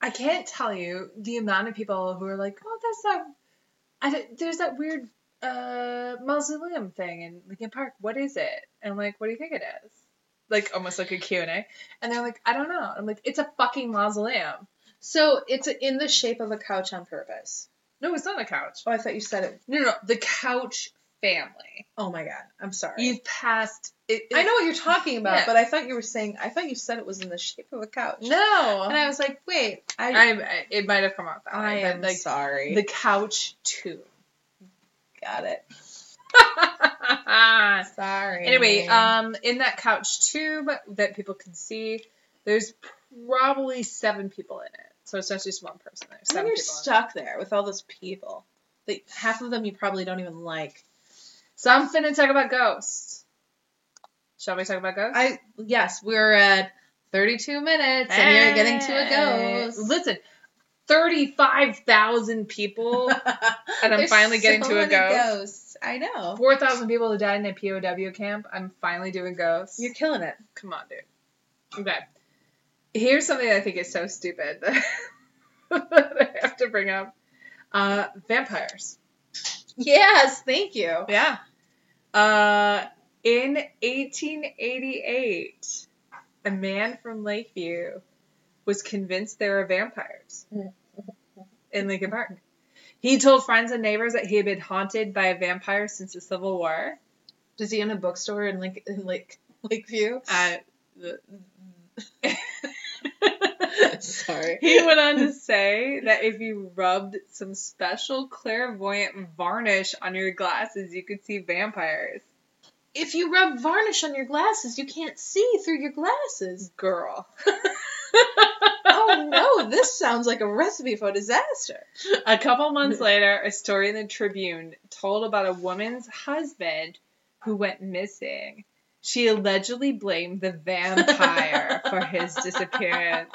Speaker 1: I can't tell you the amount of people who are like, "Oh, that's that." I, don't- there's that weird uh, mausoleum thing in Lincoln Park. What is it? And I'm like, "What do you think it is?" Like almost like a Q and A. And they're like, "I don't know." I'm like, "It's a fucking mausoleum."
Speaker 2: So it's in the shape of a couch on purpose.
Speaker 1: No, it's not a couch.
Speaker 2: Oh, I thought you said it.
Speaker 1: No, no, no, the couch family.
Speaker 2: Oh my god, I'm sorry.
Speaker 1: You've passed. It, it-
Speaker 2: I know what you're talking about,
Speaker 1: Yeah.
Speaker 2: but I thought you were saying I thought you said it was in the shape of a couch.
Speaker 1: No.
Speaker 2: And I was like, wait, I
Speaker 1: I, I it might have come out that
Speaker 2: I
Speaker 1: way,
Speaker 2: am
Speaker 1: but like
Speaker 2: sorry.
Speaker 1: the couch too.
Speaker 2: Got it. Sorry.
Speaker 1: anyway, um, in that couch tube that people can see, there's probably seven people in it. So it's not just one person. There's
Speaker 2: And then
Speaker 1: seven
Speaker 2: you're
Speaker 1: people. in it.
Speaker 2: stuck there with all those people. Like half of them you probably don't even like.
Speaker 1: So I'm finna talk about ghosts. Shall we talk about ghosts?
Speaker 2: I yes, we're at 32 minutes, and you're getting to a
Speaker 1: Hey.
Speaker 2: ghost.
Speaker 1: Listen, thirty-five thousand people, and I'm
Speaker 2: There's
Speaker 1: finally getting
Speaker 2: so
Speaker 1: to a
Speaker 2: many
Speaker 1: ghost.
Speaker 2: ghosts. I know.
Speaker 1: Four thousand people who died in a POW camp. I'm finally doing ghosts.
Speaker 2: You're killing it.
Speaker 1: Come on, dude. Okay. Here's something that I think is so stupid that I have to bring up. Uh, vampires.
Speaker 2: Yes, thank you.
Speaker 1: Yeah. Uh, in 1888, a man from Lakeview was convinced there were vampires in Lincoln Park. He told friends and neighbors that he had been haunted by a vampire since the Civil War.
Speaker 2: Does he own a bookstore in Lake in Lake Lakeview?
Speaker 1: Uh,
Speaker 2: Sorry.
Speaker 1: He went on to say that if you rubbed some special clairvoyant varnish on your glasses, you could see vampires.
Speaker 2: If you rub varnish on your glasses, you can't see through your glasses.
Speaker 1: Girl.
Speaker 2: Oh no, this sounds like a recipe for disaster.
Speaker 1: A couple months later, a story in the Tribune told about a woman's husband who went missing. She allegedly blamed the vampire for his disappearance.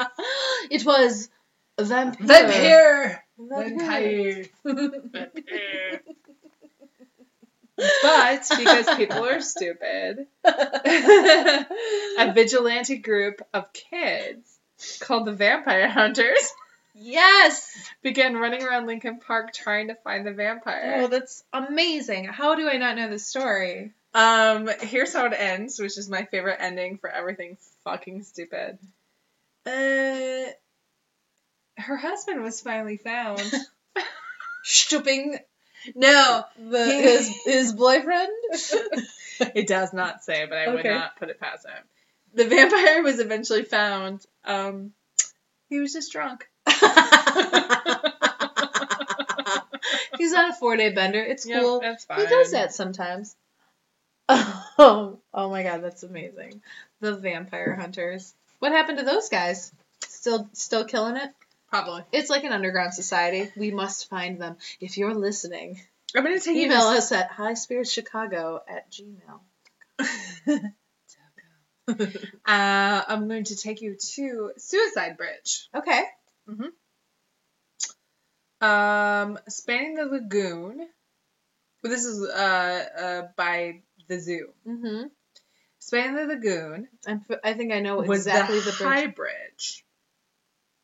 Speaker 2: It was a vampire.
Speaker 1: But because people are stupid, a vigilante group of kids called the Vampire Hunters
Speaker 2: yes.
Speaker 1: began running around Lincoln Park trying to find the vampire.
Speaker 2: Oh, that's amazing. How do I not know this story?
Speaker 1: Um, here's how it ends, which is my favorite ending for everything fucking stupid. Uh, her husband was finally found.
Speaker 2: Stooping
Speaker 1: no,
Speaker 2: the
Speaker 1: He-
Speaker 2: his his boyfriend.
Speaker 1: it does not say, but I would
Speaker 2: Okay.
Speaker 1: not put it past him. The vampire was eventually found. Um, he was just drunk.
Speaker 2: He's on a four day bender. It's
Speaker 1: Yeah,
Speaker 2: cool.
Speaker 1: that's fine.
Speaker 2: He does that sometimes. Oh, oh my god, that's amazing. The vampire hunters. What happened to those guys? Still still killing it?
Speaker 1: Probably.
Speaker 2: It's like an underground society. We must find them. If you're listening,
Speaker 1: I'm gonna take
Speaker 2: email
Speaker 1: you.
Speaker 2: us at highspiritschicago at gmail.
Speaker 1: Uh, I'm going to take you to Suicide Bridge.
Speaker 2: Okay.
Speaker 1: Um, spanning the lagoon. Well, this is uh, uh by the the zoo.
Speaker 2: Mm-hmm.
Speaker 1: Spain the Lagoon
Speaker 2: I'm, f- I think I know
Speaker 1: was
Speaker 2: exactly the, bridge.
Speaker 1: high bridge.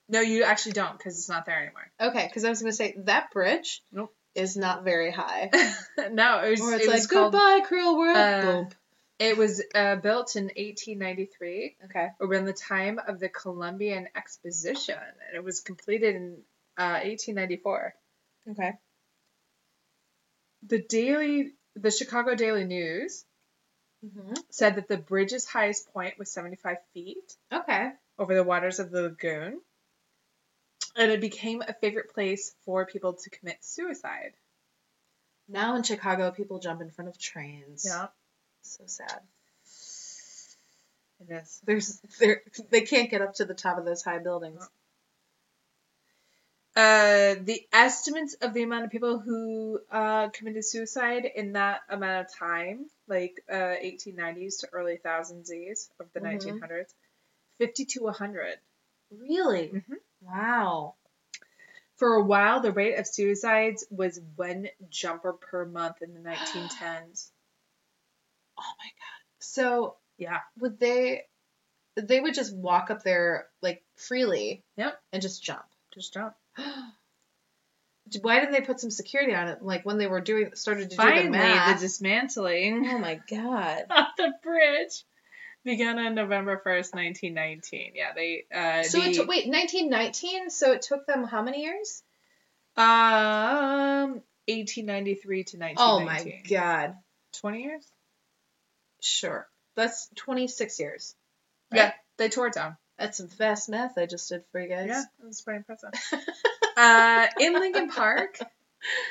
Speaker 1: No, you actually don't because it's not there anymore.
Speaker 2: Okay, because I was gonna say that bridge
Speaker 1: Nope.
Speaker 2: is not very high.
Speaker 1: no, it was,
Speaker 2: Or it's
Speaker 1: it
Speaker 2: like
Speaker 1: was called.
Speaker 2: goodbye, cruel world.
Speaker 1: uh,
Speaker 2: Boom.
Speaker 1: It was uh, built in 1893
Speaker 2: Okay.
Speaker 1: around the time of the Columbian Exposition, and it was completed in uh, 1894.
Speaker 2: Okay.
Speaker 1: The Daily, the Chicago Daily News
Speaker 2: hmm
Speaker 1: said that the bridge's highest point was 75 feet
Speaker 2: Okay.
Speaker 1: over the waters of the lagoon, and it became a favorite place for people to commit suicide.
Speaker 2: Now in Chicago, people jump in front of trains. So sad.
Speaker 1: it is.
Speaker 2: There's there they can't get up to the top of those high buildings.
Speaker 1: Uh, the estimates of the amount of people who uh, committed suicide in that amount of time, like uh, 1890s to early thousands of the
Speaker 2: Mhm.
Speaker 1: 1900s, 50 to 100.
Speaker 2: Really?
Speaker 1: Mm-hmm.
Speaker 2: Wow.
Speaker 1: For a while, the rate of suicides was one jumper per month in the 1910s.
Speaker 2: Oh my god. So
Speaker 1: Yeah.
Speaker 2: would they? They would just walk up there like freely.
Speaker 1: Yep.
Speaker 2: And just jump.
Speaker 1: Just jump.
Speaker 2: Why didn't they put some security on it? Like when they were doing started to do the
Speaker 1: Finally, the,
Speaker 2: math.
Speaker 1: dismantling
Speaker 2: oh my god.
Speaker 1: of the bridge began on November 1st, 1919. Yeah, they. Uh,
Speaker 2: So it
Speaker 1: the-
Speaker 2: took wait 1919. So it took them how many years?
Speaker 1: Um, 1893 to 1919.
Speaker 2: Oh my god.
Speaker 1: 20 years?
Speaker 2: Sure. That's 26 years.
Speaker 1: Yeah, they tore it down.
Speaker 2: That's some fast math I just did for you guys.
Speaker 1: Yeah, it was pretty impressive. uh, in Lincoln Park,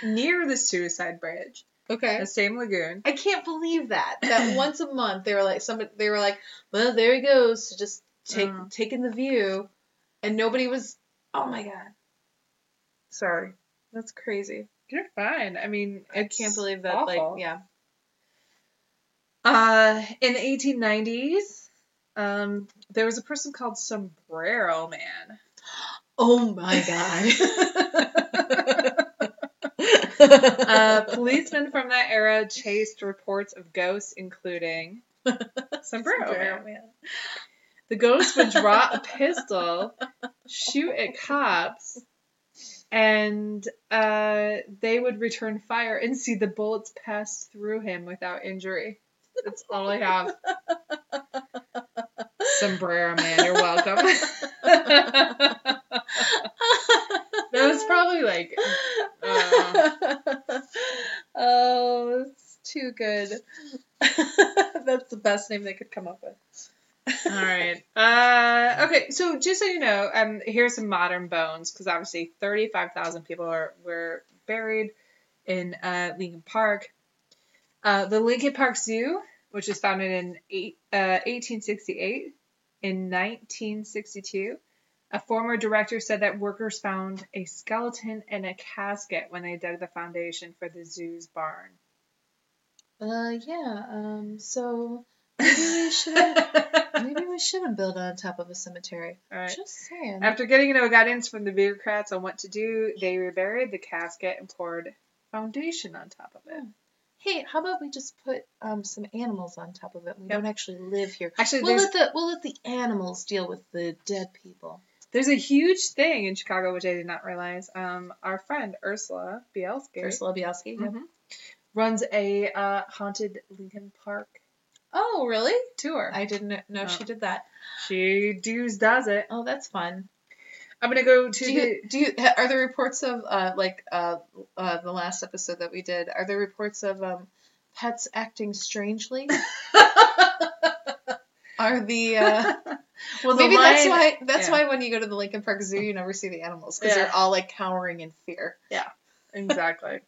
Speaker 1: near the Suicide Bridge,
Speaker 2: Okay.
Speaker 1: the same lagoon.
Speaker 2: I can't believe that. That once a month they were like somebody they were like, well, there he goes to just take
Speaker 1: Mm.
Speaker 2: taking the view, and nobody was. Oh my god. Sorry. That's crazy.
Speaker 1: You're fine. I mean,
Speaker 2: I
Speaker 1: it's
Speaker 2: can't believe that. Like,
Speaker 1: awful.
Speaker 2: yeah.
Speaker 1: Uh, in the 1890s, um, there was a person called Sombrero Man.
Speaker 2: Oh my
Speaker 1: uh,
Speaker 2: uh,
Speaker 1: policemen from that era chased reports of ghosts, including Sombrero, Man. The ghost would draw a pistol, shoot at cops, and uh, they would return fire and see the bullets pass through him without injury. That's all I have. Sombrero man, you're welcome. that was probably like uh,
Speaker 2: Uh, oh, it's too good. That's the best name they could come up with.
Speaker 1: all right. Uh, okay, so just so you know, um, here's some modern bones because obviously 35,000 people are were buried in uh, Lincoln Park. Uh, the Lincoln Park Zoo, which was founded in eight, uh, 1868, in 1962, a former director said that workers found a skeleton in a casket when they dug the foundation for the zoo's barn.
Speaker 2: Uh, yeah. Um, so maybe we should maybe we shouldn't build on top of a cemetery.
Speaker 1: All right.
Speaker 2: Just saying.
Speaker 1: After getting no guidance from the bureaucrats on what to do, they reburied the casket and poured foundation on top of
Speaker 2: Oh.
Speaker 1: it.
Speaker 2: hey, how about we just put um some animals on top of it? We
Speaker 1: Yep.
Speaker 2: don't actually live here.
Speaker 1: Actually,
Speaker 2: We'll
Speaker 1: there's,
Speaker 2: let the we'll let the animals deal with the dead people.
Speaker 1: there's a huge thing in Chicago, which I did not realize. Um, our friend Ursula Bielski
Speaker 2: Ursula Bielski. yeah.
Speaker 1: mhm, runs a uh, haunted Lincoln Park
Speaker 2: Oh, really?
Speaker 1: tour.
Speaker 2: I didn't know
Speaker 1: Oh.
Speaker 2: she did that.
Speaker 1: she does does it.
Speaker 2: Oh, that's fun.
Speaker 1: I'm gonna go to
Speaker 2: do
Speaker 1: the.
Speaker 2: you, do you ha- are there reports of uh, like uh, uh, the last episode that we did are there reports of um, pets acting strangely are the uh,
Speaker 1: well, the
Speaker 2: maybe that's
Speaker 1: line-
Speaker 2: why that's
Speaker 1: yeah.
Speaker 2: why when you go to the lincoln park zoo you never see the animals because
Speaker 1: Yeah.
Speaker 2: they're all like cowering in fear
Speaker 1: Exactly.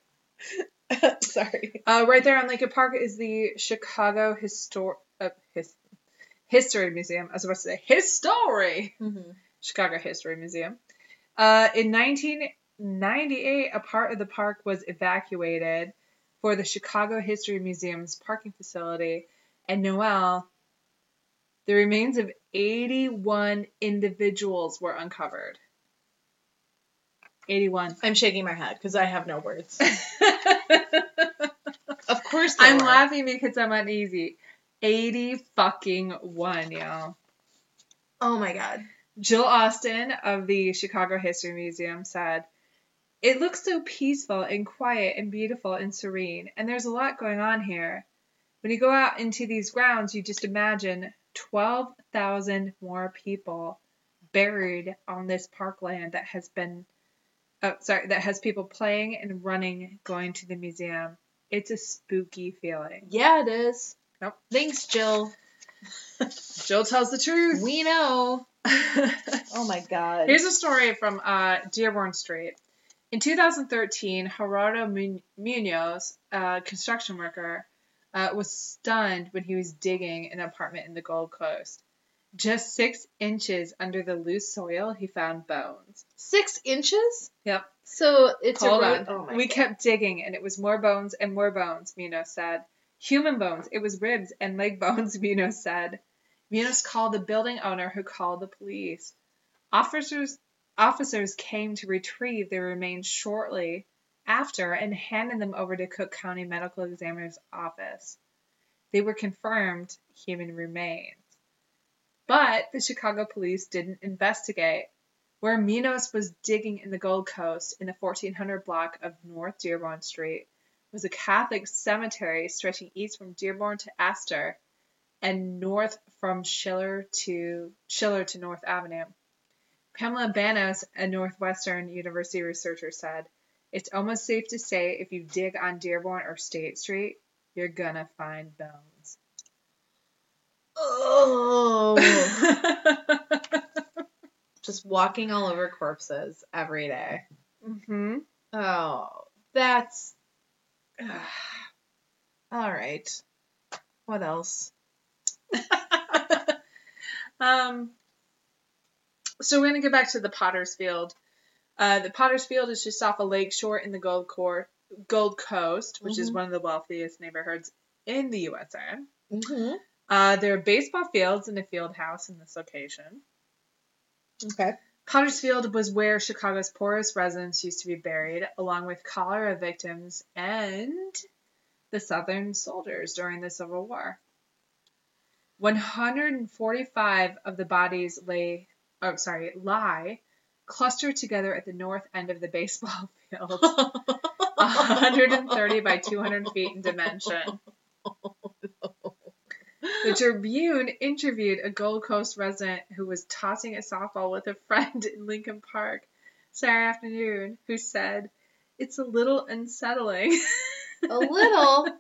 Speaker 2: sorry
Speaker 1: Uh, right there on Lincoln Park is the Chicago Histor- uh, his- History Museum. I was about to say History.
Speaker 2: Mm-hmm.
Speaker 1: Chicago History Museum. Uh, in 1998, a part of the park was evacuated for the Chicago History Museum's parking facility. And Noel, the remains of 81 individuals were uncovered. 81.
Speaker 2: i'm shaking my head because i have no words Of course there
Speaker 1: I'm
Speaker 2: were.
Speaker 1: laughing because I'm uneasy. 80 fucking one, y'all.
Speaker 2: Oh my god.
Speaker 1: Jill Austin of the Chicago History Museum said, It looks so peaceful and quiet and beautiful and serene, and there's a lot going on here. When you go out into these grounds, you just imagine 12,000 more people buried on this parkland that has been, oh, sorry, that has people playing and running, going to the museum. It's a spooky feeling.
Speaker 2: Yeah, it is.
Speaker 1: Nope.
Speaker 2: Thanks, Jill.
Speaker 1: Jill tells the truth.
Speaker 2: We know. Oh my god.
Speaker 1: Here's a story from uh, Dearborn Street. In 2013, Gerardo Mun- Munoz, a construction worker, uh, was stunned when he was digging an apartment in the Gold Coast. Just six inches under the loose soil, he found bones.
Speaker 2: Six inches? Oh
Speaker 1: Yep.
Speaker 2: So it's
Speaker 1: Hold
Speaker 2: a road.
Speaker 1: on. we kept digging, and it was more bones and more bones, Munoz said. Human bones. It was ribs and leg bones, Munoz said. Munoz called the building owner, who called the police. Officers officers came to retrieve their remains shortly after and handed them over to Cook County Medical Examiner's office. They were confirmed human remains. But the Chicago police didn't investigate where Minos was digging in the Gold Coast in the 1400 block of North Dearborn Street was a Catholic cemetery stretching east from Dearborn to Astor and north from Schiller to Schiller to North Avenue. Pamela Banos, a Northwestern University researcher, said, "It's almost safe to say if you dig on Dearborn or State Street, you're gonna find bones."
Speaker 2: Oh. Just walking all over corpses every day.
Speaker 1: hmm
Speaker 2: Oh, that's. all right. What else?
Speaker 1: Um, so we're going to go back to the Potter's Field. Uh, the Potter's Field is just off a lake shore in the Gold, Cor- Gold Coast, which is
Speaker 2: Mhm.
Speaker 1: one of the wealthiest neighborhoods in the USA.
Speaker 2: Mm-hmm.
Speaker 1: Uh, there are baseball fields and a field house in this location.
Speaker 2: Okay.
Speaker 1: Potter's Field was where Chicago's poorest residents used to be buried, along with cholera victims and the Southern soldiers during the Civil War. 145 of the bodies lay, oh, sorry, lie clustered together at the north end of the baseball field, 130 by 200 feet in dimension. The Tribune interviewed a Gold Coast resident who was tossing a softball with a friend in Lincoln Park Saturday afternoon, who said, It's a little unsettling
Speaker 2: A little.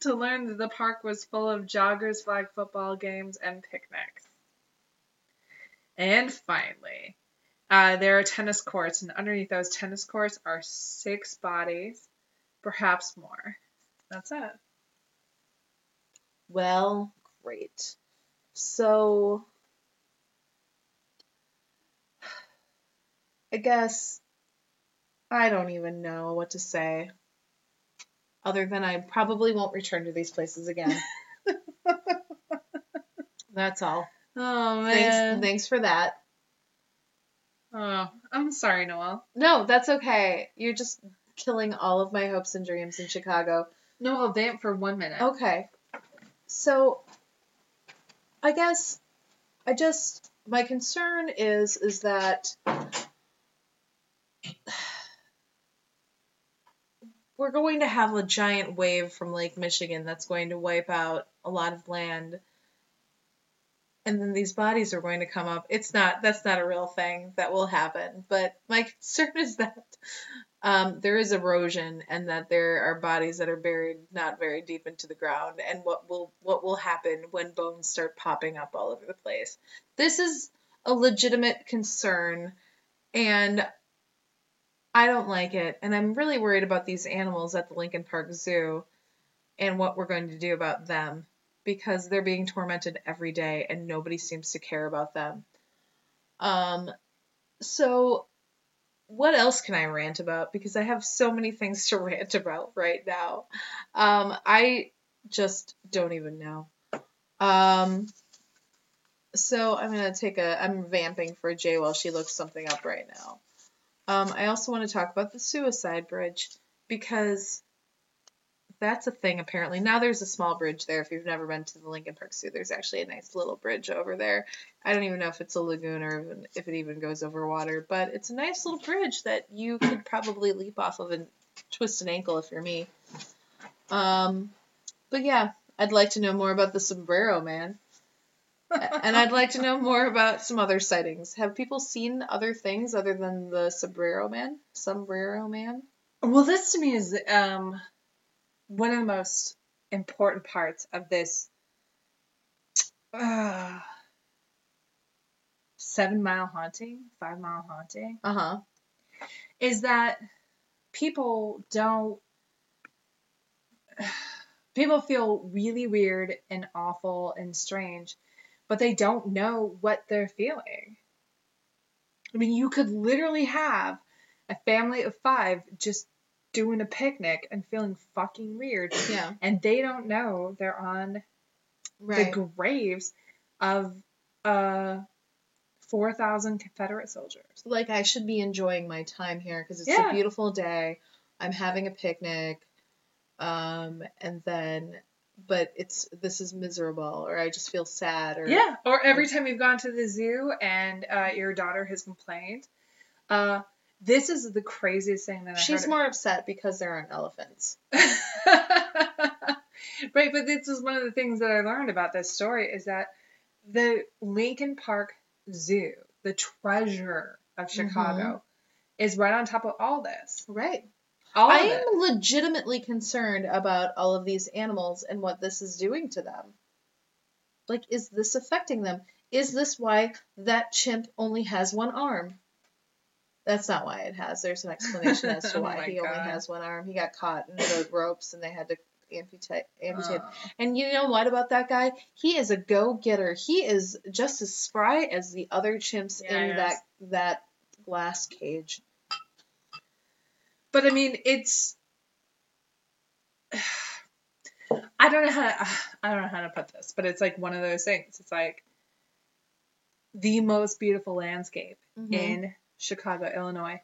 Speaker 1: to learn that the park was full of joggers, flag football games, and picnics. And finally, uh, there are tennis courts, and underneath those tennis courts are six bodies, perhaps more. That's it.
Speaker 2: Well, great. So, I guess I don't even know what to say. Other than I probably won't return to these places again. That's all.
Speaker 1: Oh
Speaker 2: Thanks, thanks for that.
Speaker 1: oh, I'm sorry, Noel.
Speaker 2: No, that's okay. You're just killing all of my hopes and dreams in Chicago.
Speaker 1: Noel, vamp for one minute.
Speaker 2: Okay. So I guess I just my concern is is that we're going to have a giant wave from Lake Michigan that's going to wipe out a lot of land. And then these bodies are going to come up. It's not that's not a real thing that will happen, but my concern is that um, there is erosion and that there are bodies that are buried not very deep into the ground and what will what will happen when bones start popping up all over the place this is a legitimate concern and i don't like it and i'm really worried about these animals at the lincoln park zoo and what we're going to do about them because they're being tormented every day and nobody seems to care about them um so what else can I rant about? Because I have so many things to rant about right now. Um, I just don't even know. Um, so I'm gonna take a. I'm vamping for Jay while she looks something up right now. Um, I also want to talk about the suicide bridge because that's a thing apparently. Now there's a small bridge there. If you've never been to the Lincoln Park Zoo, there's actually a nice little bridge over there. I don't even know if it's a lagoon or even, if it even goes over water, but it's a nice little bridge that you could probably leap off of and twist an ankle if you're me. Um, but yeah, I'd like to know more about the sombrero man. A- and I'd like to know more about some other sightings. Have people seen other things other than the sombrero man? Sombrero man?
Speaker 1: Well, this to me is um, one of the most important parts of this uh, seven mile haunting, five mile haunting,
Speaker 2: Uh-huh.
Speaker 1: is that people don't. People feel really weird and awful and strange, but they don't know what they're feeling. I mean, you could literally have a family of five just doing a picnic and feeling fucking weird
Speaker 2: Yeah.
Speaker 1: and they don't know they're on
Speaker 2: Right.
Speaker 1: the graves of uh, 4,000 Confederate soldiers.
Speaker 2: like I should be enjoying my time here because it's
Speaker 1: Yeah.
Speaker 2: a beautiful day. I'm having a picnic, um, and then, but it's this is miserable, or I just feel sad, or
Speaker 1: Yeah, or every time you've gone to the zoo and uh, your daughter has complained. Uh, this is the craziest thing that I
Speaker 2: she's
Speaker 1: heard.
Speaker 2: more upset because there aren't elephants.
Speaker 1: right, but this is one of the things that I learned about this story is that the Lincoln Park Zoo, the treasure of
Speaker 2: Mm-hmm.
Speaker 1: Chicago, is right on top of all this.
Speaker 2: Right.
Speaker 1: All
Speaker 2: I
Speaker 1: of it.
Speaker 2: am legitimately concerned about all of these animals and what this is doing to them. Like, is this affecting them? Is this why that chimp only has one arm? That's not why it has. There's an explanation as to
Speaker 1: Oh
Speaker 2: why
Speaker 1: my
Speaker 2: he
Speaker 1: God.
Speaker 2: only has one arm. He got caught in the ropes and they had to amputate. amputate.
Speaker 1: Uh.
Speaker 2: And you know what about that guy? He is a go-getter. He is just as spry as the other chimps
Speaker 1: Yeah,
Speaker 2: in
Speaker 1: he
Speaker 2: that that glass cage.
Speaker 1: But I mean, it's. I don't know how to, I don't know how to put this, but it's like one of those things. It's like the most beautiful landscape
Speaker 2: Mhm.
Speaker 1: in Chicago, Illinois.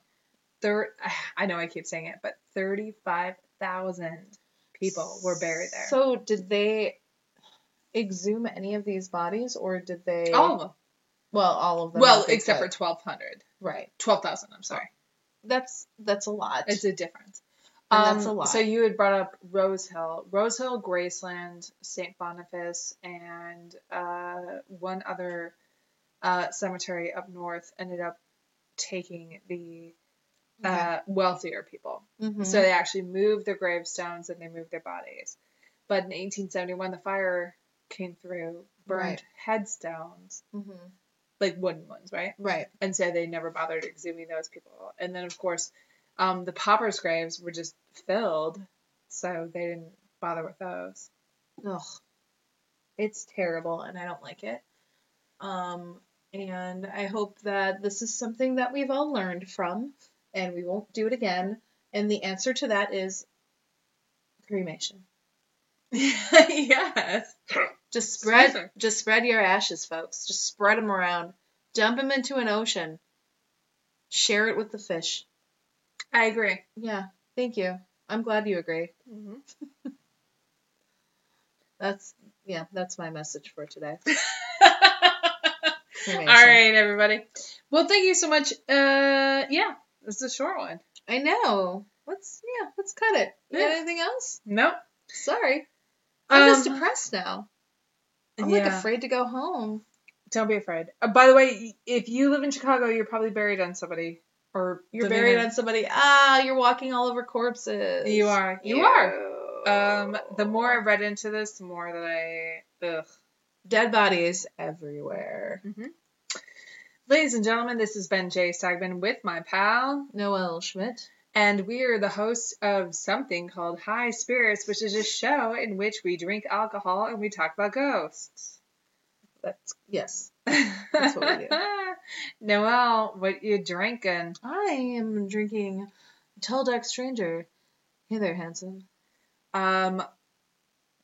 Speaker 1: There, I know I keep saying it, but thirty-five thousand people were buried there.
Speaker 2: So did they exhume any of these bodies, or did they?
Speaker 1: all of them.
Speaker 2: well, all of
Speaker 1: Oh.
Speaker 2: them.
Speaker 1: Well,
Speaker 2: obviously.
Speaker 1: except for 1,200.
Speaker 2: right.
Speaker 1: 12,000, I'm sorry.
Speaker 2: That's that's a lot.
Speaker 1: It's a difference. Um,
Speaker 2: And that's a lot.
Speaker 1: So you had brought up Rose Hill, Rose Hill, Graceland, St. Boniface, and uh, one other uh, cemetery up north ended up taking the uh, wealthier people.
Speaker 2: Mhm.
Speaker 1: So they actually moved their gravestones and they moved their bodies. But in 1871, the fire came through, burned
Speaker 2: Right.
Speaker 1: headstones,
Speaker 2: Mhm.
Speaker 1: like wooden ones, right?
Speaker 2: right.
Speaker 1: and so they never bothered exhuming those people. And then of course, um, the paupers' graves were just filled, so they didn't bother with those.
Speaker 2: Ugh. It's terrible and I don't like it. Um, and I hope that this is something that we've all learned from and we won't do it again. And the answer to that is cremation.
Speaker 1: yes.
Speaker 2: Just spread
Speaker 1: Sure.
Speaker 2: just spread your ashes, folks. Just spread them around. Dump them into an ocean. Share it with the fish.
Speaker 1: I agree.
Speaker 2: Yeah, thank you. I'm glad you agree.
Speaker 1: Mm-hmm.
Speaker 2: That's yeah, that's my message for today.
Speaker 1: All
Speaker 2: Cremation.
Speaker 1: right, everybody. Well, thank you so much. Uh, yeah, this is a short one.
Speaker 2: I know. Let's yeah, let's cut it. You got
Speaker 1: Yeah.
Speaker 2: anything else?
Speaker 1: No.
Speaker 2: Sorry. I'm just
Speaker 1: Um,
Speaker 2: depressed now. I'm like
Speaker 1: yeah.
Speaker 2: afraid to go home.
Speaker 1: Don't be afraid. Uh, by the way, if you live in Chicago, you're probably buried on somebody, or
Speaker 2: You're
Speaker 1: living
Speaker 2: buried
Speaker 1: in-
Speaker 2: on somebody. Ah, you're walking all over corpses.
Speaker 1: You are. You
Speaker 2: are.
Speaker 1: Um, the more I read into this, the more that I ugh.
Speaker 2: dead bodies everywhere.
Speaker 1: Ladies and gentlemen, this has been Jay Stagman with my pal,
Speaker 2: Noel Schmidt.
Speaker 1: and we are the hosts of something called High Spirits, which is a show in which we drink alcohol and we talk about ghosts.
Speaker 2: That's yes.
Speaker 1: That's
Speaker 2: what we do.
Speaker 1: Noelle, what you drinking?
Speaker 2: I am drinking Tall Dark Stranger. Hey there, handsome.
Speaker 1: Um,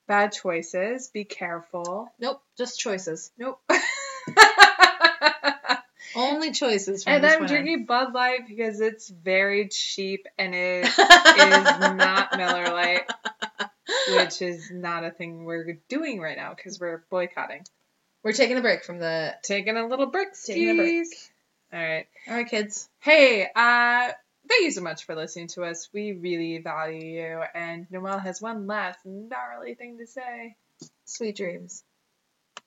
Speaker 1: bad choices. Be careful.
Speaker 2: Nope, just choices.
Speaker 1: Nope.
Speaker 2: Only choices. From
Speaker 1: and
Speaker 2: this
Speaker 1: I'm
Speaker 2: point
Speaker 1: drinking Bud Light because it's very cheap and it
Speaker 2: on.
Speaker 1: is not Miller Lite. which is not a thing we're doing right now because we're boycotting.
Speaker 2: We're taking a break from the.
Speaker 1: Taking a little break.
Speaker 2: Taking a break.
Speaker 1: skis. All right.
Speaker 2: All right, kids.
Speaker 1: Hey, uh, thank you so much for listening to us. We really value you. And Noelle has one last gnarly thing to say.
Speaker 2: Sweet dreams.